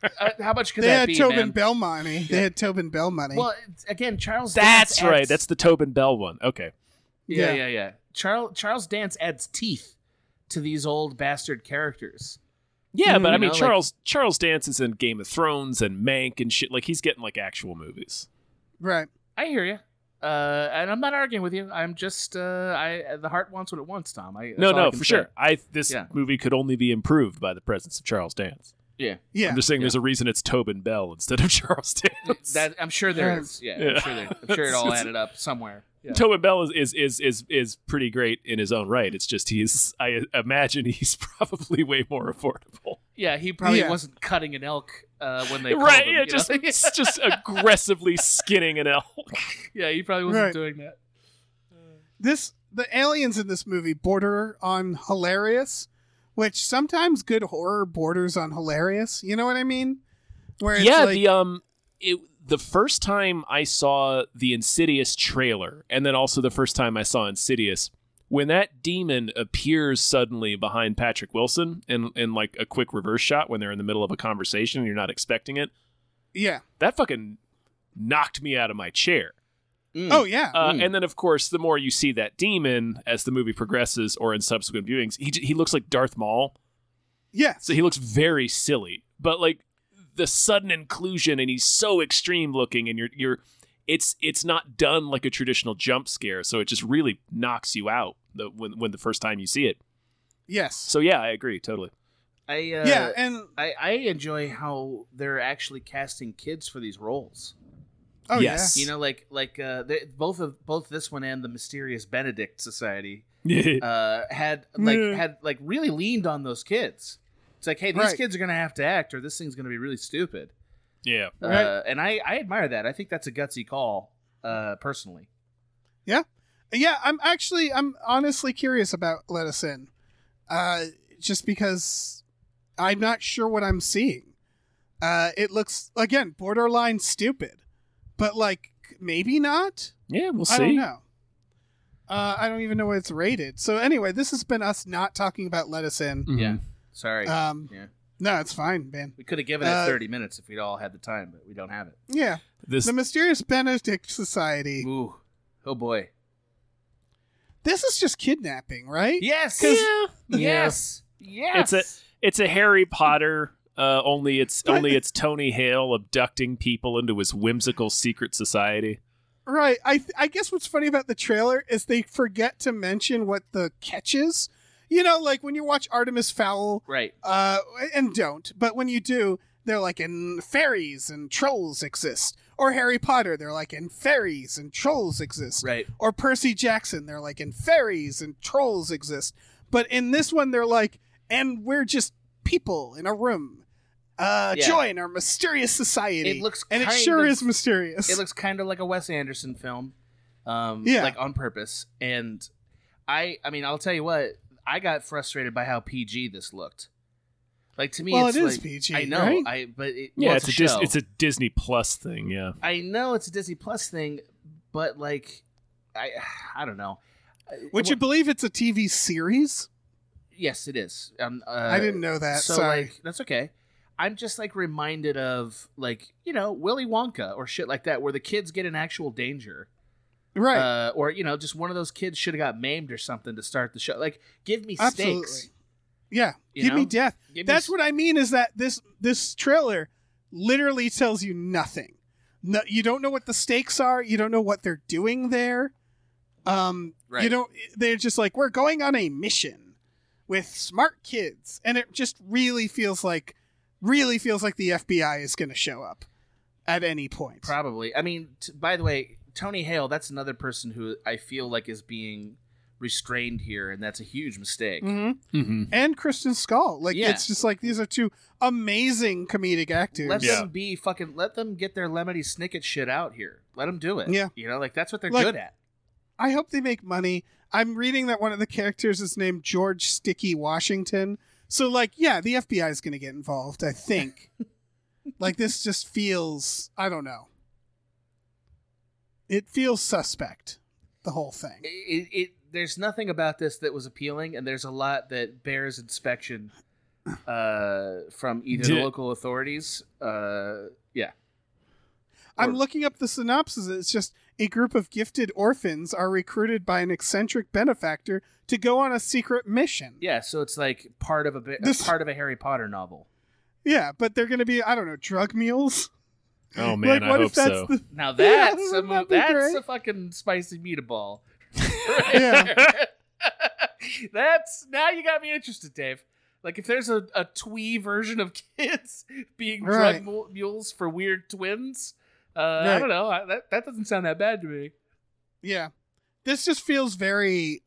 Uh, how much could They that had be, man? Tobin Bell money. They had Tobin Bell money. Well, it's- again, Charles. That's Dance right. adds- That's the Tobin Bell one. Okay. Yeah, Yeah. yeah, yeah. Charles Charles Dance adds teeth to these old bastard characters. Yeah, but I Mm, You mean know, like- Charles Charles Dance is in Game of Thrones and Mank and shit. Like he's getting like actual movies. right. I hear you. Uh, and I'm not arguing with you. I'm just uh, I the heart wants what it wants, Tom. I, that's no, all I no, can for say. sure. I this Yeah. movie could only be improved by the presence of Charles Dance. Yeah, Yeah. I'm just saying there's a reason it's Tobin Bell instead of Charles Dance. that I'm sure there Yeah. is. Yeah, Yeah. I'm sure there. I'm sure it all It's- added up somewhere. Yeah. Tobin Bell is, is is is is pretty great in his own right. It's just he's I imagine he's probably way more affordable. Yeah, he probably Yeah. wasn't cutting an elk uh, when they right? called him, yeah, you just know? it's just aggressively skinning an elk. yeah, he probably wasn't Right. doing that. This the aliens in this movie border on hilarious, which sometimes good horror borders on hilarious. You know what I mean? Where it's yeah like, the um it, the first time i saw the insidious trailer and then also the first time i saw insidious when that demon appears suddenly behind patrick wilson in, in like a quick reverse shot when they're in the middle of a conversation and you're not expecting it yeah. that fucking knocked me out of my chair Oh yeah. uh, Mm. and then of course the more you see that demon as the movie progresses or in subsequent viewings he, j- he looks like darth maul yeah. so he looks very silly, but like the sudden inclusion, and he's so extreme looking, and you're you're, it's it's not done like a traditional jump scare, so it just really knocks you out the, when when the first time you see it. Yes. So yeah, I agree totally. I uh, yeah, and I, I enjoy how they're actually casting kids for these roles. Oh Yes. You know, like like uh, they, both of both this one and the Mysterious Benedict Society yeah. uh, had like Yeah. had like really leaned on those kids. It's like, hey, these Right. kids are gonna have to act, or this thing's gonna be really stupid. yeah. Right. Uh, and I I admire that. I think that's a gutsy call, uh, personally. yeah. Yeah, I'm actually I'm honestly curious about Let Us In. Uh just because I'm not sure what I'm seeing. Uh it looks again borderline stupid. But like maybe not? Yeah, we'll I don't see. know. Uh, I don't even know what it's rated. So anyway, this has been us not talking about Let Us In. Mhm. Yeah. Sorry. Um, yeah. No, it's fine, man. We could have given it uh, 30 minutes if we'd all had the time, but we don't have it. Yeah, This the Mysterious Benedict Society. Ooh. Oh boy. This is just kidnapping, right? Yes. Yes. Yes. It's it's a Harry Potter. Uh, only it's But- only it's Tony Hale abducting people into his whimsical secret society. Right. I th- I guess what's funny about the trailer is they forget to mention what the catch is. You know, like when you watch Artemis Fowl, right. uh, and don't, but when you do, they're like, and fairies and trolls exist. Or Harry Potter, they're like, and fairies and trolls exist. Right. or Percy Jackson. They're like, and fairies and trolls exist. But in this one, they're like, and we're just people in a room. Uh, Yeah. Join our mysterious society. It looks and it kind sure of- is mysterious. It looks kind of like a Wes Anderson film, um, Yeah. like on purpose. And I, I mean, I'll tell you what, I got frustrated by how PG this looked. Like to me, well, it's it is like, PG. I know, right? I but it, Yeah, well, it's, it's, a, show. Dis- it's a Disney Plus thing. Yeah, I know it's a Disney Plus thing, but like, I, I don't know. Would you believe it's a TV series? Yes, it is. Um, uh, I didn't know that. So Sorry. like, that's okay. I'm just like reminded of like you know Willy Wonka or shit like that, where the kids get in actual danger. right. uh, or you know, just one of those kids should have got maimed or something to start the show. Like, give me Absolutely. stakes. yeah. you Give me know? death. Give That's me, what I mean is that this this trailer literally tells you nothing. No, you don't know what the stakes are. You don't know what they're doing there. Um, Right. You don't. They're just like we're going on a mission with smart kids, and it just really feels like really feels like the FBI is going to show up at any point. probably. I mean, t- by the way, Tony Hale. That's another person who I feel like is being restrained here, and that's a huge mistake. Mhm. mm-hmm. And Kristen Skull. Like Yeah. it's just like these are two amazing comedic actors. Let Yeah. them be fucking. Let them get their lemony snicket shit out here. Let them do it. Yeah. you know, like that's what they're Like- good at. I hope they make money. I'm reading that one of the characters is named George Sticky Washington. So, like, yeah, the FBI is going to get involved, I think. like, this just feels, I don't know. It feels suspect, the whole thing. It, it, there's nothing about this that was appealing, and there's a lot that bears inspection uh, from either the Did- local authorities. Uh, yeah. I'm or- looking up the synopsis. It's just a group of gifted orphans are recruited by an eccentric benefactor to go on a secret mission. Yeah, so it's like part of a bit, This- part of a Harry Potter novel. Yeah, but they're going to be, I don't know, drug mules? Oh man, like, I what hope if that's so. the Now Yeah, that's a wouldn't mo- that be that's great? a fucking spicy meatball. Yeah. that's now you got me interested, Dave. Like if there's a, a twee version of kids being Right. drug mul- mules for weird twins, uh, I Right. don't know. I, that that doesn't sound that bad to me. Yeah. This just feels very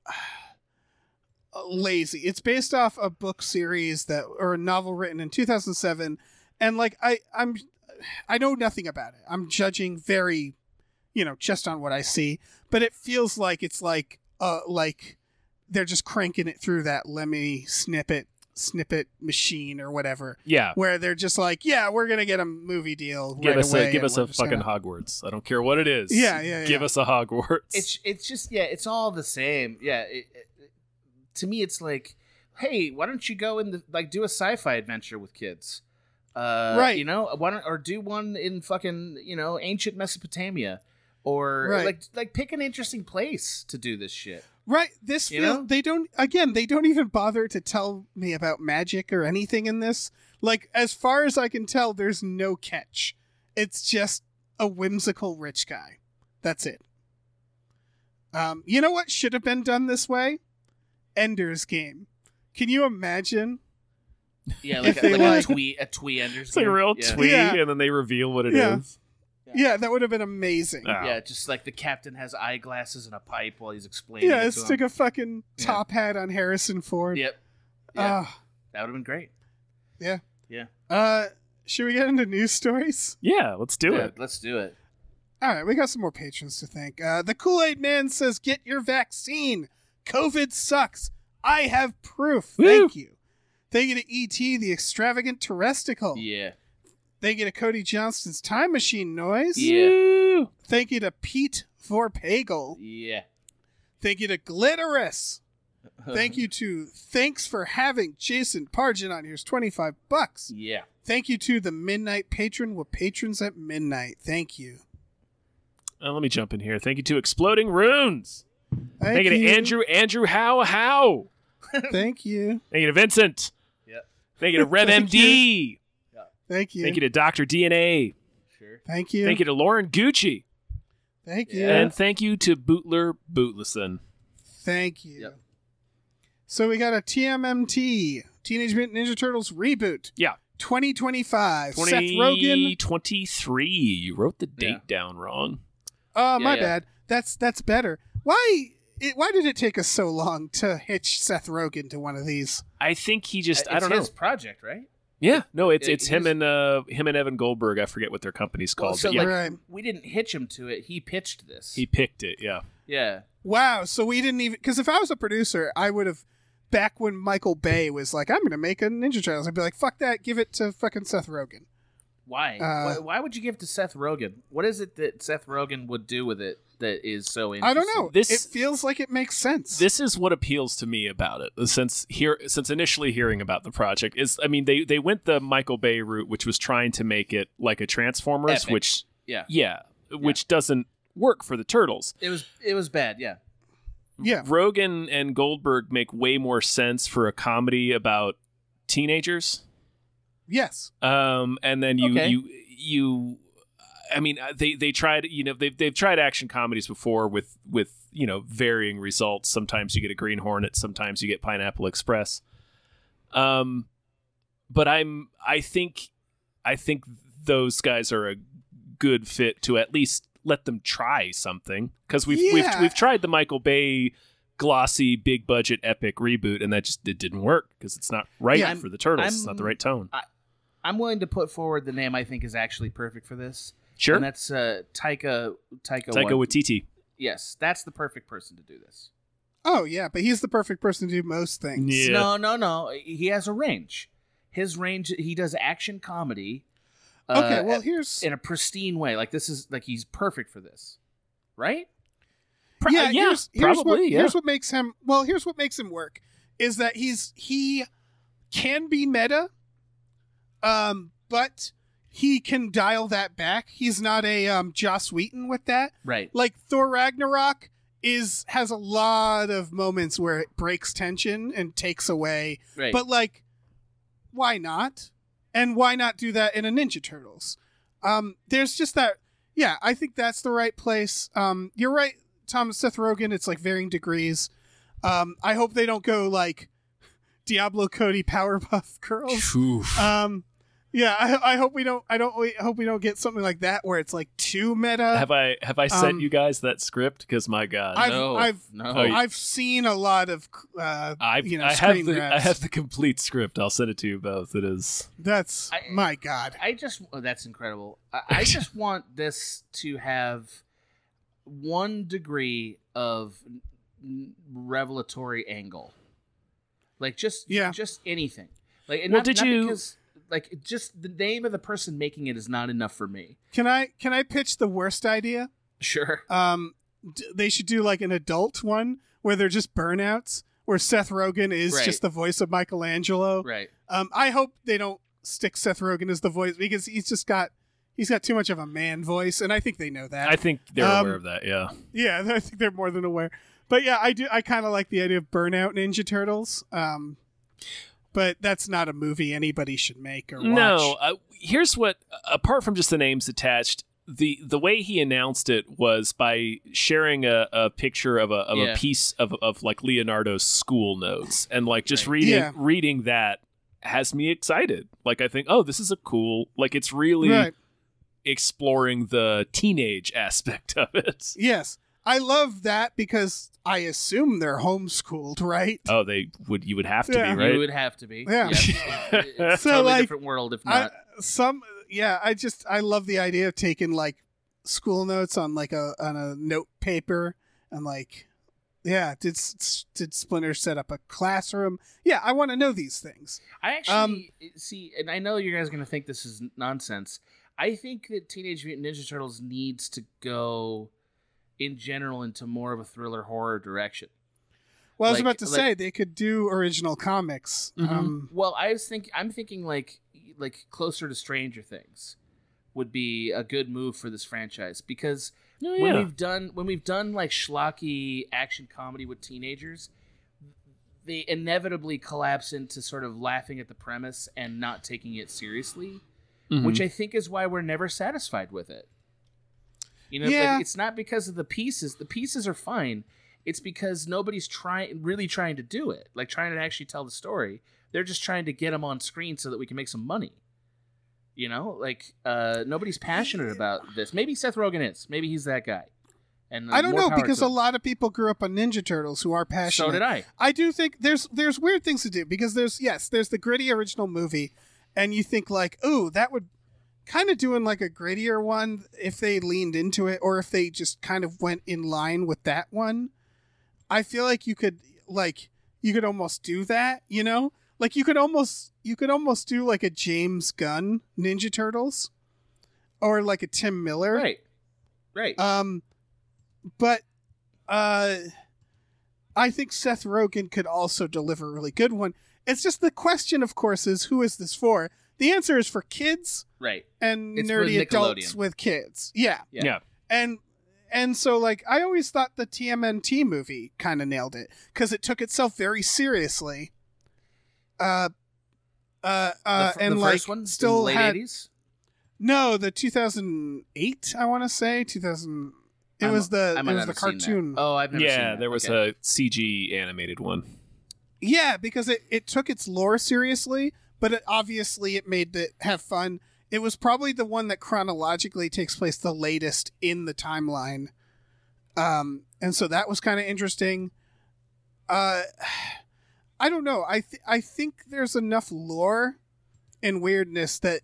uh, lazy. It's based off a book series that or a novel written in 2007 and like I I'm I know nothing about it. I'm judging very you know just on what I see, but it feels like it's like uh like they're just cranking it through that Lemmy snippet snippet machine or whatever Yeah, where they're just like, yeah, we're going to get a movie deal give right us away. a give and us we're a just fucking gonna- Hogwarts. I don't care what it is. Yeah, yeah, yeah. Give us a Hogwarts. It's it's just yeah, it's all the same. Yeah, it, it, it- to me it's like, hey, why don't you go in the like do a sci-fi adventure with kids? Uh, Right. You know, why don't or do one in fucking you know ancient Mesopotamia or Right. like like pick an interesting place to do this shit. Right. This You feel, know? they don't again, they don't even bother to tell me about magic or anything in this. Like as far as I can tell, there's no catch. It's just a whimsical rich guy. That's it. Um, you know what should have been done this way? Ender's game. Can you imagine? Yeah, like If a, they like a like- twee a twee Ender's It's like a Game. real yeah. twee, Yeah. and then they reveal what it is. Yeah. Yeah. Yeah, that would have been amazing. Ah. Yeah, just like the captain has eyeglasses and a pipe while he's explaining. yeah, it to stick him. a fucking Yeah. top hat on Harrison Ford. Yep. Yeah. Ah. that would have been great. Uh, should we get into news stories? Yeah, let's do Yeah, it. Let's do it. All right, we got some more patrons to thank. Uh, the Kool Aid Man says, "Get your vaccine. COVID sucks. I have proof. Woo! Thank you. Thank you to ET, E the extravagant terrestrial. Yeah. Thank you to Cody Johnston's time machine noise. Yeah. Thank you to Pete Vorpagel. Yeah. Thank you to Glitterus. Thank you to thanks for having Jason Pargin on here's twenty five bucks. Yeah. Thank you to the Midnight Patron. We're patrons at midnight. Thank you. Uh, let me jump in here. Thank you to Exploding Runes. Thank, Thank, you to you. Andrew, Andrew, how, how. Thank you. Thank you to Vincent. Yeah. Thank you to RevMD. MD. Thank you. Thank you to Dr. DNA. Sure. Thank you. Thank you to Lauren Gucci. Thank you. Yeah. And thank you to Bootler Bootlesson. Thank you. Yep. So we got a TMMT Teenage Mutant Ninja Turtles reboot. Yeah. 2025. Seth 2023. Rogen. You wrote the date Yeah. down wrong. Oh, Yeah, my yeah. bad. That's that's better. Why it, why did it take us so long to hitch Seth Rogen to one of these? I think he just, It's I don't know. his project, right? Yeah, no, it's it- it's him he's- and uh him and Evan Goldberg. I forget what their company's Well, called. so, but yeah, like- right. We didn't hitch him to it. He pitched this. he picked it. Yeah, yeah. Wow, so we didn't even cuz if I was a producer, I would have back when Michael Bay was like, "I'm going to make a Ninja Turtles." I'd be like, "Fuck that. Give it to fucking Seth Rogen." Why? Uh, why? Why would you give it to Seth Rogen? What is it that Seth Rogen would do with it that is so interesting? I don't know. This- it feels like it makes sense. this is what appeals to me about it. uh, Since here, since initially hearing about the project is, I mean, they they went the Michael Bay route, which was trying to make it like a Transformers, Epic. which Yeah. yeah, which doesn't work for the Turtles. It was. It was bad. Yeah. yeah. Rogan and Goldberg make way more sense for a comedy about teenagers. Yes. Um, and then you Okay. you you, I mean, uh, they they tried you know they've they've tried action comedies before with with you know varying results. Sometimes you get a Green Hornet, sometimes you get Pineapple Express. Um, but I'm I think I think those guys are a good fit to at least let them try something because we've Yeah. we've we've tried the Michael Bay glossy big budget epic reboot and that just it didn't work because it's not right Yeah, I'm- for the turtles it's not the I'm- right tone I'm willing to put forward the name I think is actually perfect for this. sure And that's uh, Taika. Taika. Taika Wai- Waititi. yes, that's the perfect person to do this. Oh yeah, but he's the perfect person to do most things. Yeah. No, no, no. He has a range. His range. He does action comedy. uh, Okay, well here's in a pristine way. Like this is like he's perfect for this, right? Pro- uh, yeah, yeah, here's, here's probably, what yeah. here's what makes him well here's what makes him work is that he's he can be meta, um, but he can dial that back. He's not a um Joss Wheaton with that. Right. Like Thor Ragnarok is has a lot of moments where it breaks tension and takes away Right. But like, why not? And why not do that in a Ninja Turtles? Um, there's just that. Yeah, I think that's the right place. Um, you're right, Tom. Seth Rogen. It's like varying degrees. Um, I hope they don't go like Diablo Cody Powerpuff Girls. Um, yeah, I, I hope we don't. I don't. I hope we don't get something like that where it's like too meta. have I have I sent um, you guys that script? Because my God, I've- no, I've- no. Oh, yeah. I've seen a lot of. Uh, I've- you know, I have screen the I grabs. have the complete script. I'll send it to you both. It is that's I- my god. I just oh, that's incredible. I, I just want this to have one degree of n- revelatory angle, like just Yeah. just anything. Like and Well, not, did not you- because, like just the name of the person making it is not enough for me. Can I can I pitch the worst idea? Sure. um d- they should do like an adult one where they're just burnouts where Seth Rogen is Right. just the voice of Michelangelo. Right. Um I hope they don't stick Seth Rogen as the voice because he's just got he's got too much of a man voice and I think they know that. I think they're Um, aware of that. Yeah, yeah, I think they're more than aware. But yeah, I do I kind of like the idea of Burnout Ninja Turtles. Um but that's not a movie anybody should make or watch. No, uh, here's what. Apart from just the names attached, the the way he announced it was by sharing a, a picture of a of Yeah. a piece of of like Leonardo's school notes, and like just Right. reading Yeah. reading that has me excited. Like I think, oh, this is a cool. Like it's really Right. exploring the teenage aspect of it. Yes. I love that because I assume they're homeschooled, right? Oh, they would you would have to Yeah. be right. You would have to be. Yeah. Yep. it's So, totally like, different world if I, not. some yeah, I just I love the idea of taking like school notes on like a on a note paper and like yeah, did S- did Splinter set up a classroom? Yeah, I want to know these things. I Um, actually eh, see, and I know you guys are going to think this is nonsense. I think that Teenage Mutant Ninja Turtles needs to go, in general, into more of a thriller horror direction. Well, I was Like- about to like- Mm-hmm. say they could do original comics. Mm-hmm. Um, Well, I was think I'm thinking like like closer to Stranger Things would be a good move for this franchise because Oh, when yeah. we've done when we've done like schlocky action comedy with teenagers, they inevitably collapse into sort of laughing at the premise and not taking it seriously, Mm-hmm. which Mm-hmm. I think is why we're never satisfied with it. You know, like, Yeah. it's not because of the pieces. The pieces are fine. It's because nobody's trying really trying to do it, like trying to actually tell the story. They're just trying to get them on screen so that we can make some money. You know, like uh, nobody's passionate about this. Maybe Seth Rogen is. Maybe he's that guy. And uh, I don't more know power because to a him. lot of people grew up on Ninja Turtles who are passionate. So did I. I do think there's there's weird things to do because there's yes there's the gritty original movie, and you think like ooh that would kind of doing like a grittier one if they leaned into it or if they just kind of went in line with that one. I feel like you could like you could almost do that you know like you could almost you could almost do like a James Gunn Ninja Turtles, or like a Tim Miller Right. Right. um, but uh, I think Seth Rogen could also deliver a really good one. It's just the question, of course, is who is this for? The answer is for kids right. and It's for nerdy adults Nickelodeon. with kids. Yeah. Yeah. Yeah. And and so like I always thought the TMNT movie kind of nailed it because it took itself very seriously. Uh, uh, uh, the, fir- and the like first one in still the late had 80s. no, the 2008, I want to say 2000. It I'm- was the I it might was not have the seen that. cartoon. Oh, I've never seen yeah, that. there was Okay. a CG animated one. Yeah, because it, it took its lore seriously, but it, obviously it made it have fun. It was probably the one that chronologically takes place the latest in the timeline. Um, and so that was kind of interesting. Uh, I don't know. I th- I think there's enough lore and weirdness that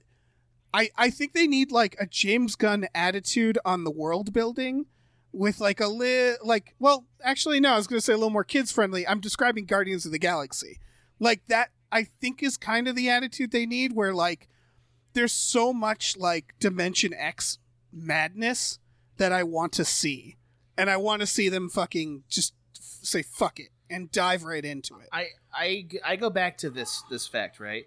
I I think they need like a James Gunn attitude on the world building with like a li- like well actually no i was going to say a little more kids friendly i'm describing guardians of the galaxy like that i think is kind of the attitude they need where like there's so much like dimension x madness that i want to see and i want to see them fucking just f- say fuck it and dive right into it I, I, I go back to this this fact, right?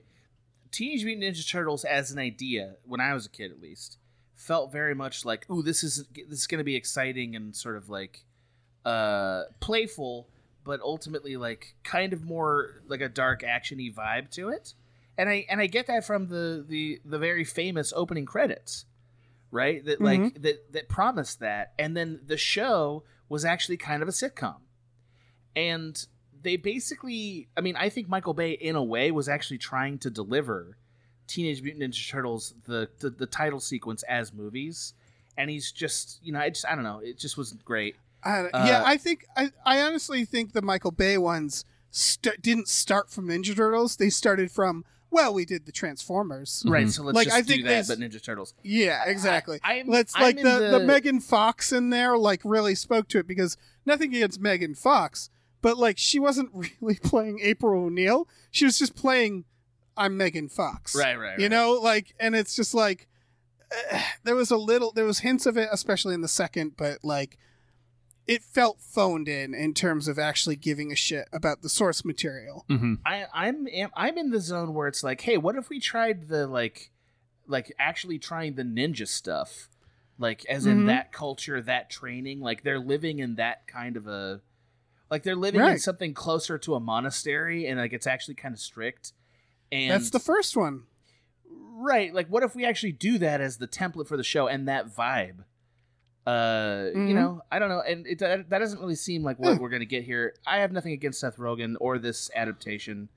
Teenage Mutant Ninja Turtles as an idea, when I was a kid at least, felt very much like, "Ooh, this is this is going to be exciting and sort of like uh, playful, but ultimately like kind of more like a dark actiony vibe to it." And I and I get that from the the the very famous opening credits, right? That like Mm-hmm. that that promised that, and then the show was actually kind of a sitcom and they basically i mean i think michael bay in a way was actually trying to deliver teenage mutant ninja turtles the the, the title sequence as movies and he's just you know i just i don't know it just wasn't great I, Uh, yeah, I think I, I honestly think the Michael Bay ones st- didn't start from Ninja Turtles. They started from well, we did the Transformers. right so let's Mm-hmm. Like, just I do think that this- but ninja turtles Yeah, exactly. I- I'm- Let's I'm like in the, the the- Megan Fox in there like really spoke to it because nothing against Megan Fox, but like she wasn't really playing April O'Neil. She was just playing I'm Megan Fox. right right, right. You know, like and it's just like uh, there was a little there was hints of it especially in the second, but like it felt phoned in in terms of actually giving a shit about the source material. Mm-hmm. I, I'm am, I'm in the zone where it's like, hey, what if we tried the like, like actually trying the ninja stuff, like as in Mhm. that culture, that training, like they're living in that kind of a, like they're living in Right. something closer to a monastery, and like it's actually kind of strict. And That's the first one. right. Like, what if we actually do that as the template for the show and that vibe? Uh, you Mhm. know, I don't know, and it that that doesn't really seem like what Yeah. we're gonna get here. I have nothing against Seth Rogen or this adaptation.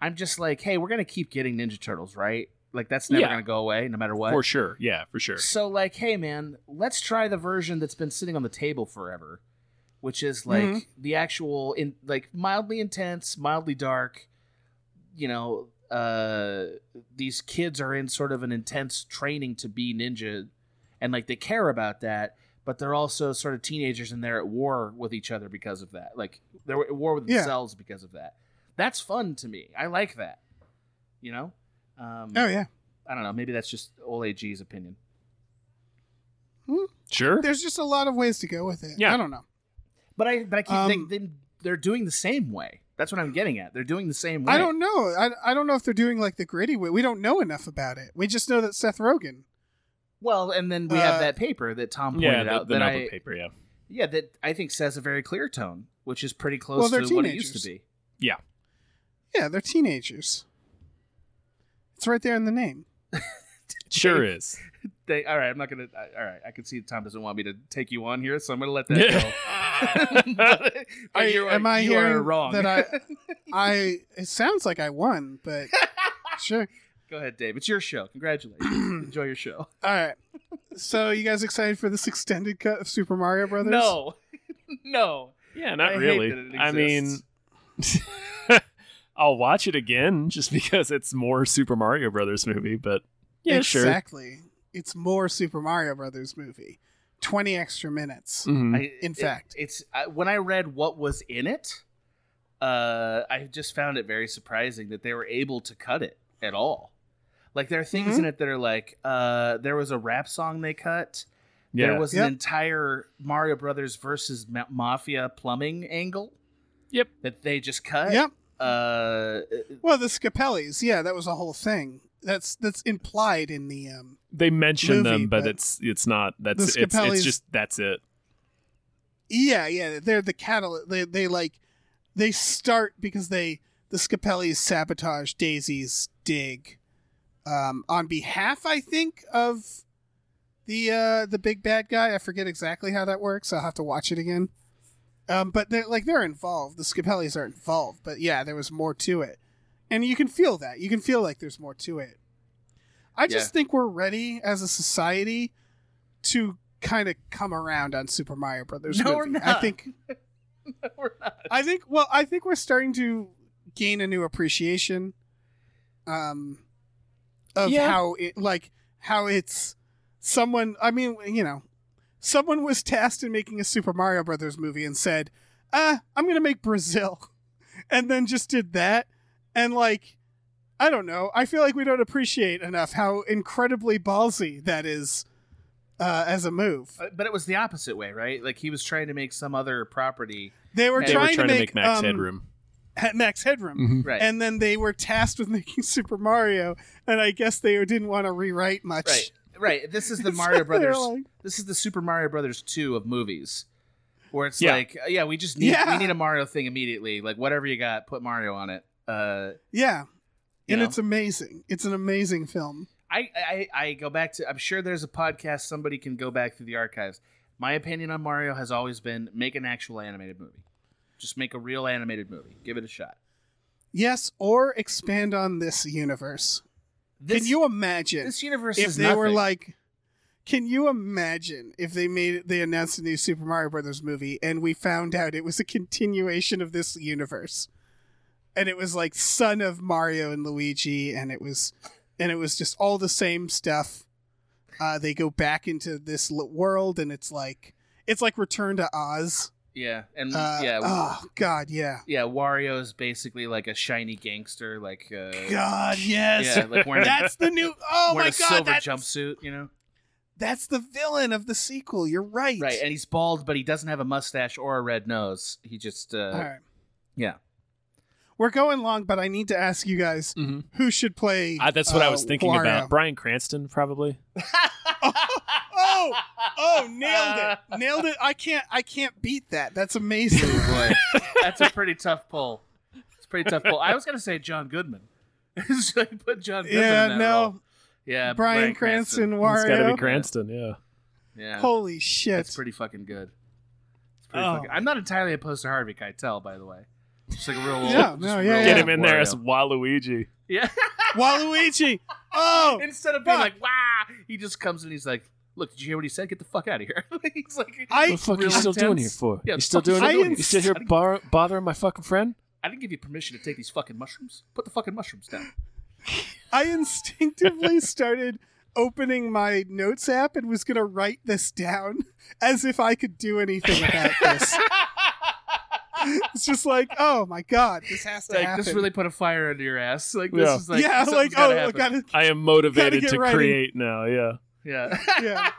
I'm just like, hey, we're gonna keep getting Ninja Turtles, right? Like that's never Yeah. gonna go away, no matter what. for sure. Yeah, for sure. So like, hey man, let's try the version that's been sitting on the table forever, which is like Mhm. the actual in like mildly intense, mildly dark. You know, uh, these kids are in sort of an intense training to be ninja, and like they care about that, but they're also sort of teenagers and they're at war with each other because of that. Like they're at war with Yeah. themselves because of that. That's fun to me. I like that. You know. Um, Oh yeah. I don't know. Maybe that's just old AG's opinion. Sure. There's just a lot of ways to go with it. Yeah. I don't know. But I but I keep Um, they, they, they're doing the same way. That's what I'm getting at. They're doing the same way. I don't know. I, I don't know if they're doing like the gritty way. We don't know enough about it. We just know that Seth Rogen. Well, and then we Uh, have that paper that Tom pointed Yeah, the, out the that notebook I paper. Yeah. yeah that I think says a very clear tone, which is pretty Well, close they're to what it used to teenagers. be. Yeah, they're teenagers. It's right there in the name. Sure is. They, all right, I'm not gonna. I- All right, I can see Tom doesn't want me to take you on here, so I'm gonna let that go. Yeah. But Are you- am I you hearing are wrong? that I- I. It sounds like I won, but sure. go ahead, Dave. It's your show. Congratulations. Enjoy your show. All right. So you guys excited for this extended cut of Super Mario Brothers? No, no. yeah, not I hate really. that it I mean, exists. I'll watch it again just because it's more Super Mario Brothers movie. But yeah, sure. Exactly. It's more Super Mario Brothers movie. Twenty extra minutes. Mhm. I, In it- fact. it's I, when I read what was in it, uh, I just found it very surprising that they were able to cut it at all. Like there are things Mhm. in it that are like uh, there was a rap song they cut. yeah. There was Yep. an entire Mario Brothers versus Ma- Mafia plumbing angle. Yep. That they just cut. Yep. Uh, Well, the Scapellis. Yeah, that was a whole thing. That's that's implied in the um. they mention movie, them, but, but it's it's not. That's the it's, it's Scapellis- just that's it. Yeah, yeah. They're the catalyst. They they like they start because they the Scapellis sabotage Daisy's dig, um, on behalf I think of the uh the big bad guy. I forget exactly how that works. I'll have to watch it again. Um, but they're like they're involved. The Scapellis are involved, but yeah, there was more to it, and you can feel that. You can feel like there's more to it. I just think we're ready as a society to kind of come around on Super Mario Brothers. No, we're movie. I not. think we're not- I think well, I think we're starting to gain a new appreciation um of Yeah. how it like how it's someone I mean, you know, someone was tasked in making a Super Mario Brothers movie and said, "Uh, I'm going to make Brazil." And then just did that and like I don't know. I feel like we don't appreciate enough how incredibly ballsy that is uh, as a move. uh, but it was the opposite way, right? Like he was trying to make some other property, They were, They trying, were trying to to make, Max um, Headroom. Mm-hmm. at Max Headroom. right? And then they were tasked with making Super Mario, and I guess they didn't want to rewrite much. right, right. This is the So Mario they're Brothers. like- this is the Super Mario Brothers two of movies, where it's Yeah. like, uh, yeah, we just need Yeah. we need a Mario thing immediately. Like whatever you got, put Mario on it. Uh, yeah. You And know. it's amazing. It's an amazing film. I, I I go back to. I'm sure there's a podcast somebody can go back through the archives. My opinion on Mario has always been make an actual animated movie. Just make a real animated movie. Give it a shot. Yes, or expand on this universe. This, Can you imagine This universe if is they nothing. were like can you imagine if they made they announced a new Super Mario Brothers movie and we found out it was a continuation of this universe? And it was like son of Mario and Luigi and it was and it was just all the same stuff. Uh, they go back into this l- world and it's like it's like Return to Oz. yeah, and Uh, Mm, yeah, Oh god, yeah. yeah. Wario is basically like a shiny gangster, like uh, God, yes. yeah, like wearing That's the new a, Oh wearing my a silver god. That's, jumpsuit. You know, that's the villain of the sequel. You're right. Right, and he's bald, but he doesn't have a mustache or a red nose. He just, uh, All right. yeah. We're going long, but I need to ask you guys Mm-hmm. Mhm. who should play. I, that's what I uh, was thinking Wario. about. Brian Cranston probably. Oh, oh, nailed it, nailed it. I can't, I can't beat that. That's amazing. Boy, that's a pretty tough pull. It's a pretty tough pull. I was gonna say John Goodman. Should I put John Goodman? in yeah, that no, role? Yeah, Brian, Cranston, It's got to be Wario. Cranston. Yeah. Yeah, Holy shit! that's pretty fucking good. It's pretty Oh. fucking. I'm not entirely opposed to Harvey Keitel, by the way. Just like a real old. Yeah, just no, real yeah, old Get him in there Wario. as Waluigi. Yeah. Waluigi. Oh, Instead of being fuck. like, wow, he just comes and he's like, look, did you hear what he said? Get the fuck out of here. he's like, I What the fuck are you really still doing here tense. for? Yeah, you still fuck you doing still it? doing You still here here? bar- bothering my fucking friend? I didn't give you permission to take these fucking mushrooms. Put the fucking mushrooms down. I instinctively started opening my notes app and was going to write this down as if I could do anything about this. it's just like, oh my god, this has to like, happen. this really put a fire under your ass. Like, Yeah. this is like, yeah, something's like gotta oh, happen. gotta, I am Gotta motivated get to writing. create now. Yeah. yeah. yeah.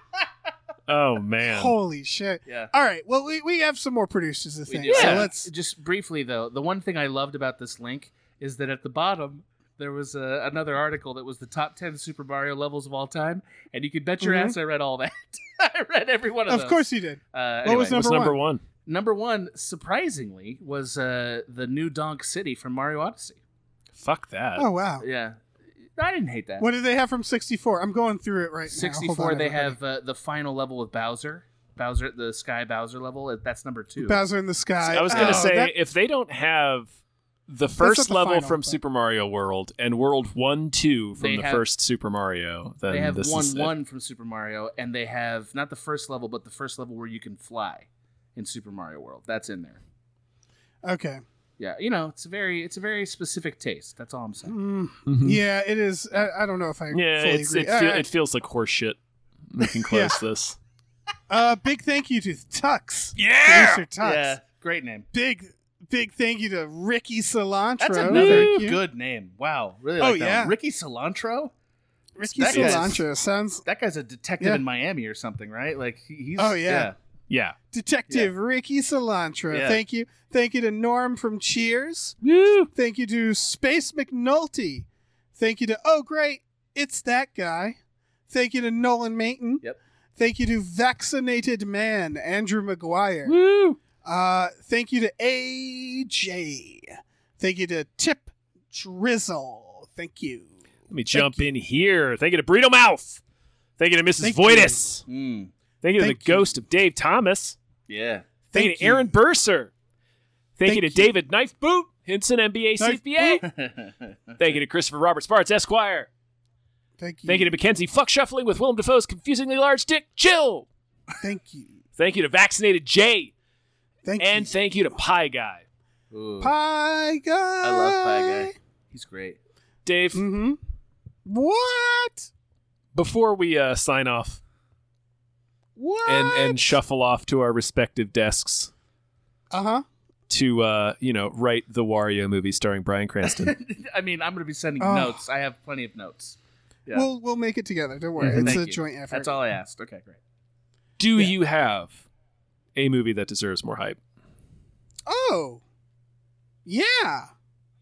Oh man. Holy shit! Yeah. All right, well, we, we have some more producers to We thank, do. so Uh, let's. just briefly though. The one thing I loved about this link is that at the bottom there was uh, another article that was the top ten Super Mario levels of all time, and you could bet your Mhm. ass I read all that. I read every one of, Of those. course you did. Uh, What anyway, was What's Number number one? number one? Surprisingly, was uh, the new Donk City from Mario Odyssey. Fuck that. Uh, Oh wow. Yeah, I didn't hate that. What do they have from 64? I'm going through it right now. Hold 64 on, they everybody. have uh, the final level with Bowser. Bowser the Sky Bowser level. That's number 2. Bowser in the Sky. I was gonna Oh, say that- if they don't have the not first the level final, from but- Super Mario World and World One Two from They the have- first Super Mario, then they have this one is it. one from Super Mario, and they have not the first level, but the first level where you can fly in Super Mario World. That's in there. okay. Yeah, you know, it's a very it's a very specific taste. That's all I'm saying. Mm, Hmm. Mhm. Yeah, it is. I, I don't know if I Yeah, fully it's, agree. it, All feel, right. it feels like horse shit. We can close this. Uh, big thank you to Tux. Yeah. Producer Tux. Yeah, great name. Big, big thank you to Ricky Cilantro. That's another Thank you. good name. Wow, really Oh, like that. yeah. one. Ricky Cilantro. Ricky that guy. Cilantro sounds That guy's a detective Yeah. in Miami or something, right? Like he- he's. Oh, yeah. Yeah. Detective Ricky Cilantro. Yeah. Thank you. Thank you to Norm from Cheers. Woo. Thank you to Space McNulty. Thank you to Oh Great, It's That Guy. Thank you to Nolan Mayton. Yep. Thank you to Vaccinated Man, Andrew McGuire. Woo. Uh, thank you to AJ. Thank you to Tip Drizzle. Thank you. Let me jump in here. Thank you to Burrito Mouth. Thank you to Mrs. Thank Voitis. Yeah. Mm, Thank you to Thank the you. ghost of Dave Thomas. yeah. Thank, Thank you to Aaron Burser. Thank, you to Thank you. David Knife Boot, Hinson MBA Knife CPA. Thank you to Christopher Robert Sparts, Esquire. Thank you. Thank you to Mackenzie Fuck Shuffling with Willem Dafoe's confusingly large dick. Chill. Thank you. Thank you to Vaccinated Jay. Thank And you. thank you to Pie Guy. Ooh, Pie Guy. I love Pie Guy. He's great. Dave, Mm-hmm. What? before we uh, sign off What? and, and shuffle off to our respective desks uh huh. to, uh, you know, write the Wario movie starring Brian Cranston. I mean, I'm going to be sending Oh. notes. I have plenty of notes. Yeah. Mm-hmm. We'll we'll make it together. Don't worry. Mhm. It's Thank a you. joint effort. That's all I asked. Okay, great. Do Yeah. you have a movie that deserves more hype? Oh, yeah,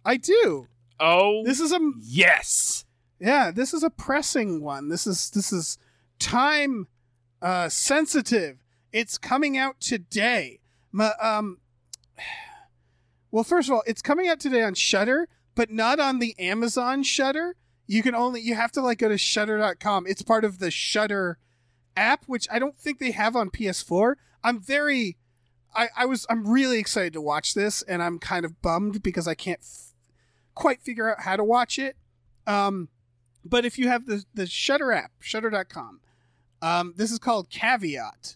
I do. Oh, This is a yes. yeah. This is a pressing one. This is this is time uh, sensitive. It's coming out today. Ma- um, well, first of all, it's coming out today on Shutter, but not on the Amazon Shutter. You can only you have to like go to Shutter.com. It's part of the Shutter app, which I don't think they have on PS4. I'm very, I, I was I'm really excited to watch this, and I'm kind of bummed because I can't f- quite figure out how to watch it. Um, but if you have the the Shutter app, Shutter.com, um, this is called Caveat.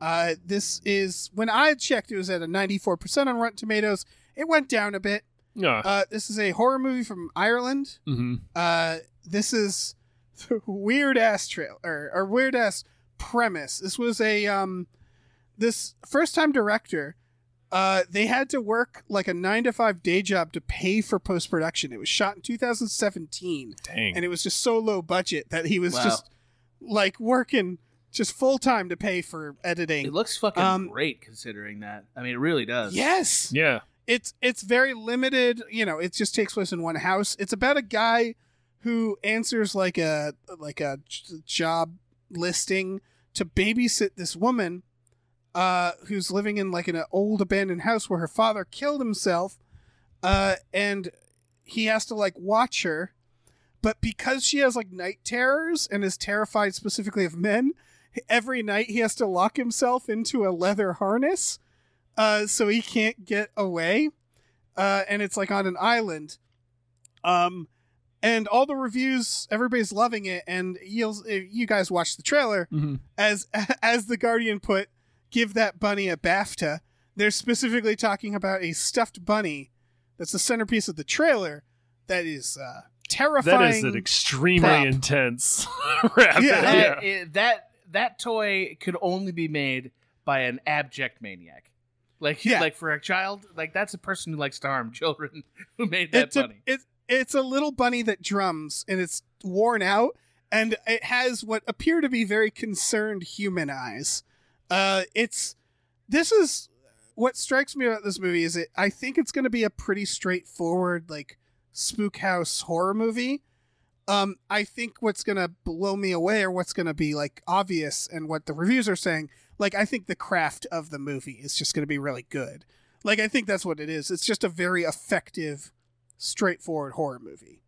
Uh, this is when I checked, it was at a 94% on Rotten Tomatoes. It went down a bit. Ah, Uh, this is a horror movie from Ireland. mhm. Uh, this is weird ass trail or, or weird ass premise. This was a um, this first time director. Uh, they had to work like a nine to five day job to pay for post production. It was shot in 2017, Dang. and it was just so low budget that he was Wow. just like working just full time to pay for It editing. looks fucking Um, great considering that. I mean, it really does. Yes. yeah. it's it's very limited you know it just takes place in one house it's about a guy who answers like a like a j- job listing to babysit this woman uh who's living in like an old abandoned house where her father killed himself uh and he has to like watch her but because she has like night terrors and is terrified specifically of men every night he has to lock himself into a leather harness uh, so he can't get away. Uh, and it's like on an island. Um, and all the reviews, everybody's loving it. And you'll, if you guys watch the trailer mm-hmm. Mhm. as as the Guardian put, "Give that bunny a BAFTA." They're specifically talking about a stuffed bunny that's the centerpiece of the trailer. That is uh, terrifying. That is an extremely prop. intense rabbit. Yeah. That, i- that that toy could only be made by an abject maniac. Like Yeah. like for a child, like that's a person who likes to harm children who made that it's a, bunny. it, it's a little bunny that drums and it's worn out and it has what appear to be very concerned human eyes uh it's this is what strikes me about this movie is it i think it's going to be a pretty straightforward like spook house horror movie um i think what's going to blow me away or what's going to be like obvious and what the reviews are saying like i think the craft of the movie is just going to be really good like i think that's what it is it's just a very effective straightforward horror movie.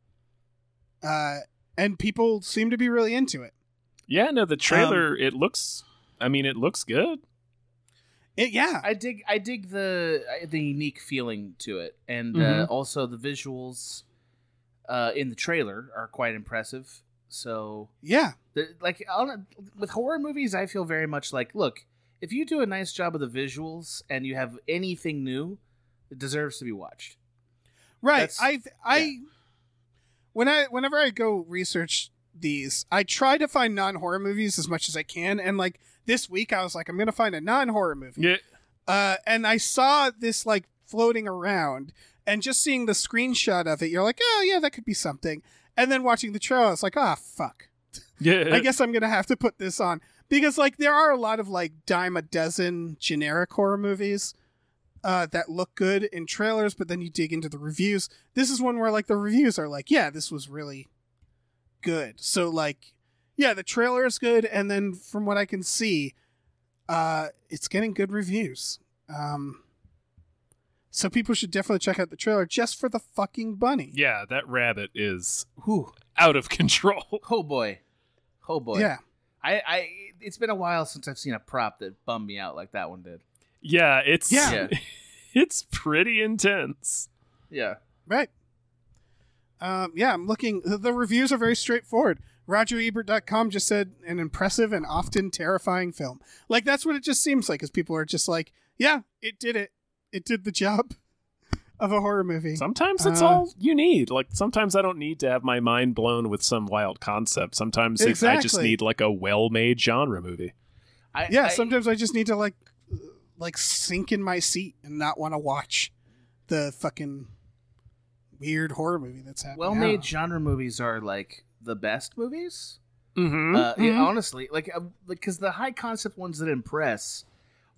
Uh, and people seem to be really into it. Yeah, no, the Um, trailer it looks I mean it looks good. It- yeah, I dig I dig the uh, the unique feeling to it, and uh, Mhm. Mm-hmm. also the visuals uh, in the trailer are quite impressive. So yeah, The- like I don't- with horror movies i feel very much like look if you do a nice job of the visuals and you have anything new it deserves to be watched right. That's- I I when I whenever I go research these, I try to find non horror movies as much as I can. And like this week, I was like, I'm gonna find a non horror movie. Yeah. Uh, and I saw this like floating around, and just seeing the screenshot of it, you're like, oh yeah, that could be something. And then watching the trailer, I was like, ah, fuck. Yeah. I guess I'm gonna have to put this on because like there are a lot of like dime a dozen generic horror movies uh, that look good in trailers, but then you dig into the reviews. This is one where like the reviews are like, yeah, this was really good. So like, yeah, the trailer is good, and then from what I can see, uh, it's getting good reviews. Um, so people should definitely check out the trailer just for the fucking bunny. Yeah, that rabbit is Whew. out of control. oh boy oh boy Yeah, I, I it's been a while since i've seen a prop that bummed me out like that one did Yeah, it's Yeah. it's pretty intense. yeah Right. Um, yeah, I'm looking. The, the reviews are very straightforward. RogerEbert.com just said an impressive and often terrifying film. Like that's what it just seems like, is people are just like, yeah, it did it. It did the job of a horror movie. Sometimes it's Uh, all you need. Like sometimes I don't need to have my mind blown with some wild concept. Sometimes it's I just Exactly. need like a well-made genre movie. I, yeah, I- sometimes I just need to like, uh, like sink in my seat and not want to watch the fucking weird horror movie that's happening. well-made Yeah. genre movies are like the best movies Mm-hmm. Uh, yeah, Mhm. honestly, like because the high concept ones that impress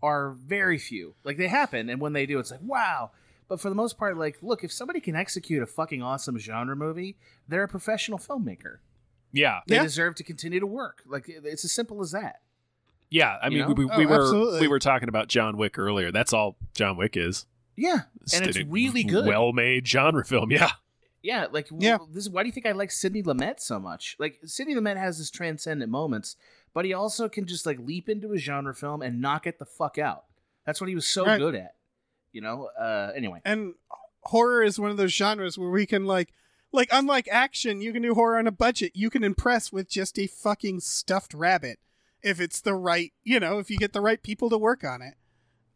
are very few. Like they happen, and when they do, it's like wow. But for the most part, like look, if somebody can execute a fucking awesome genre movie, they're a professional filmmaker. yeah. They Yeah. deserve to continue to work. Like it- it's as simple as that. Yeah, I You mean, know? we, we, Oh, we were absolutely. we were talking about John Wick earlier. That's all John Wick is, Yeah, Just and it's a really good. well-made genre film. Yeah, Yeah, like Yeah. w- this is why do you think I like Sidney Lumet so much? Like Sidney Lumet has his transcendent moments, but he also can just like leap into a genre film and knock it the fuck out. That's what he was so Right. good at. You know, uh anyway. and horror is one of those genres where we can like like unlike action you can do horror on a budget you can impress with just a fucking stuffed rabbit if it's the right you know if you get the right people to work on it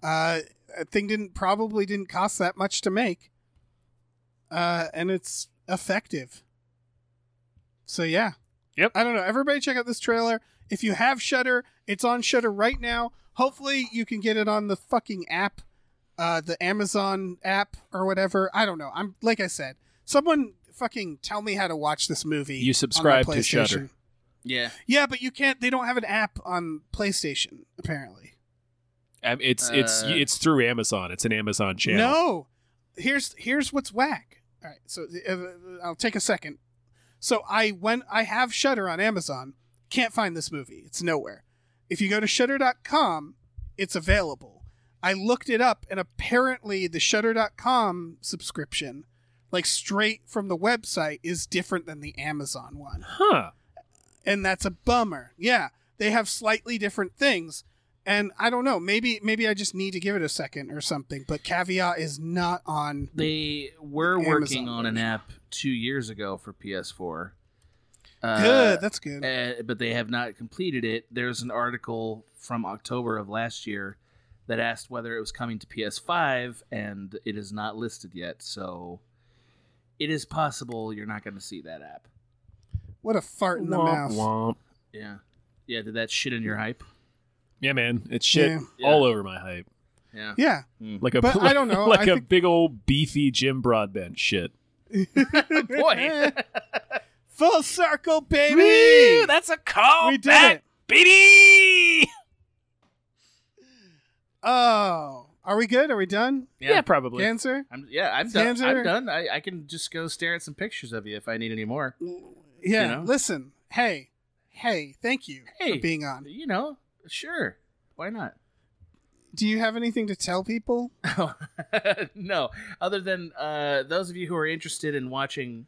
uh a thing didn't probably didn't cost that much to make uh and it's effective so yeah Yep. i don't know everybody check out this trailer if you have shutter it's on shutter right now hopefully you can get it on the fucking app uh, the Amazon app or whatever. I don't know. I'm like I said, someone fucking tell me how to watch this movie. You on my subscribe to Shudder. PlayStation. Yeah. Yeah, but you can't. They don't have an app on PlayStation apparently. Um, it's it's Uh, it's through Amazon. It's an Amazon channel. No. Here's here's what's whack. All right, so uh, I'll take a second. So I went. I have Shutter on Amazon. Can't find this movie. It's nowhere. If you go to Shutter.com, it's available. I looked it up, and apparently the Shutter.com subscription, like straight from the website, is different than the Amazon one huh? and that's a bummer. Yeah, they have slightly different things, and I don't know. Maybe maybe I just need to give it a second or something. But caveat is not on. They were Amazon working on an version. app two years ago for PS4. Uh, good. That's good. uh, but they have not completed it. There's an article from October of last year that asked whether it was coming to PS5, and it is not listed yet. So it is possible you're not going to see that app. what a fart in the mouth. Womp. Yeah, yeah. Did that shit in your hype? Yeah, man, it's shit Yeah. all over my hype. Yeah. Yeah. Like a But I don't know, like I a think- big old beefy Jim Broadbent shit. Oh, Boy, Full circle, baby. Woo, that's a call we did it. baby. Oh, are we good? Are we done? Yeah, Yeah. probably. Answer. I'm, yeah, I'm done. Sam's I'm there. done. I, I can just go stare at some pictures of you if I need any more. Yeah. You know? Listen. Hey. Hey. Thank you Hey. for being on. You know, sure. Why not? Do you have anything to tell people? Oh, no. Other than uh, those of you who are interested in watching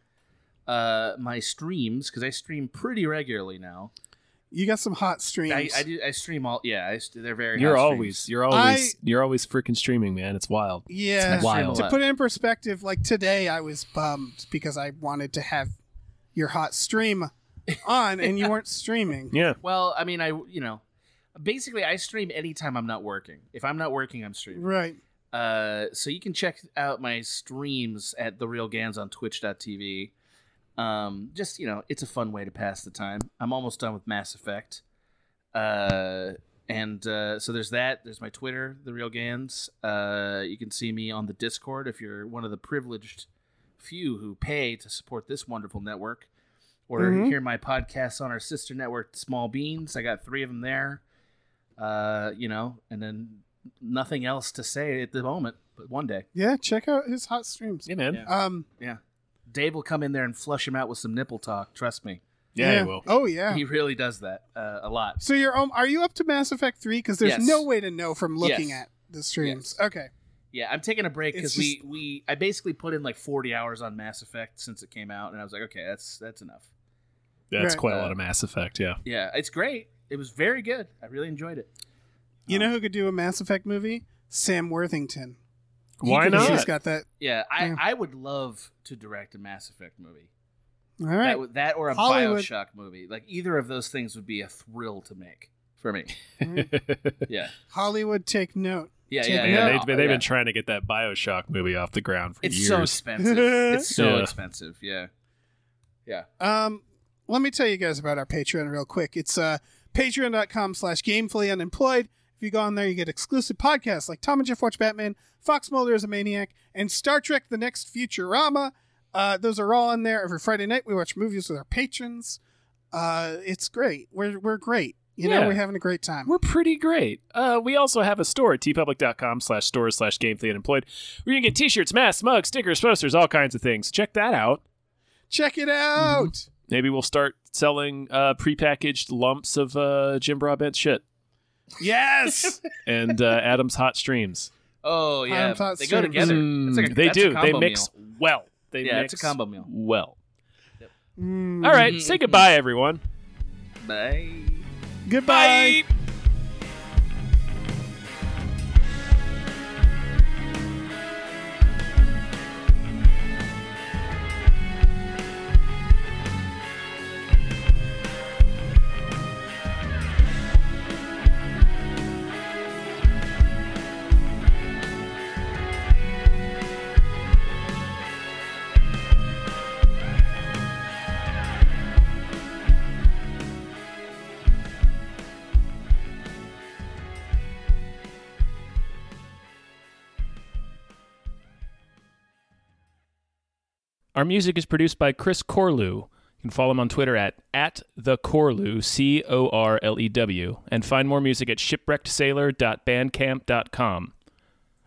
uh, my streams, because I stream pretty regularly now. You got some hot streams. I, I do. I stream all. Yeah, I, st- they're very. You're hot always streams. you're always you're always freaking streaming, man. It's wild. Yeah. It's wild. To put it in perspective, like today I was bummed because I wanted to have your hot stream on and you weren't streaming. Yeah. Well, I mean, I you know, basically I stream anytime I'm not working. If I'm not working, I'm streaming. Right. Uh, so you can check out my streams at the real gans on twitch.tv um just you know it's a fun way to pass the time i'm almost done with mass effect uh and uh, so there's that there's my twitter the real gans uh you can see me on the discord if you're one of the privileged few who pay to support this wonderful network or Mhm. hear my podcasts on our sister network small beans i got three of them there uh you know and then nothing else to say at the moment but one day Yeah, check out his hot streams. Yeah, man. Yeah. Um dave will come in there and flush him out with some nipple talk trust me Yeah, he will. Oh yeah. he really does that uh, a lot so you're um, are you up to Mass Effect 3 cuz there's Yes. no way to know from looking Yes. at the streams. Okay. Yeah, I'm taking a break because It's we we I basically put in like 40 hours on Mass Effect since it came out, and I was like, okay, that's that's enough. That's Right. quite a lot of Mass Effect. Yeah. Yeah, it's great. It was very good. I really enjoyed it. Uh-huh. You know who could do a Mass Effect movie? Sam Worthington. He Why could- not? He's got that. Yeah, I Yeah. I would love to direct a Mass Effect movie. All That right. would- that or a Hollywood. BioShock movie. Like either of those things would be a thrill to make for me. Yeah, Hollywood take note. yeah, Take yeah. note. Man, yeah. they've, been, Oh, they've yeah. been trying to get that Bioshock movie off the ground for It's years. so expensive. It's so Yeah. expensive. Yeah, yeah. Um, let me tell you guys about our Patreon real quick. It's uh, patreon.com slash gamefully unemployed. If you go on there, you get exclusive podcasts like Tom and Jeff Watch Batman, Fox Mulder is a Maniac, and Star Trek The Next Futurama. Uh, those are all on there. Every Friday night, we watch movies with our patrons. Uh, it's great. We're, we're great. You Yeah. know, we're having a great time. We're pretty great. Uh, we also have a store at tpublic.com slash store slash gamefully unemployed where you can get t-shirts, masks, mugs, stickers, posters, all kinds of things. Check that out. Check it out. Maybe we'll start selling uh, prepackaged lumps of uh, Jim Broadbent shit Yes. and uh, Adam's hot streams. Oh yeah, thought they go soon. together. Mm, It's like a, they that's a do. They combo mix meal. well. They Yeah, mix it's a combo meal. well. Mm. All right, say goodbye, everyone. Bye. Goodbye. Bye. Our music is produced by Chris Corlew. You can follow him on Twitter at, at the Corlew, C O R L E W, and find more music at shipwreckedsailor.bandcamp.com.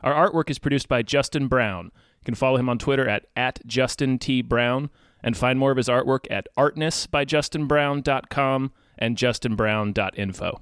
Our artwork is produced by Justin Brown. You can follow him on Twitter at, at Justin T. Brown and find more of his artwork at artnessbyjustinbrown.com and justinbrown.info.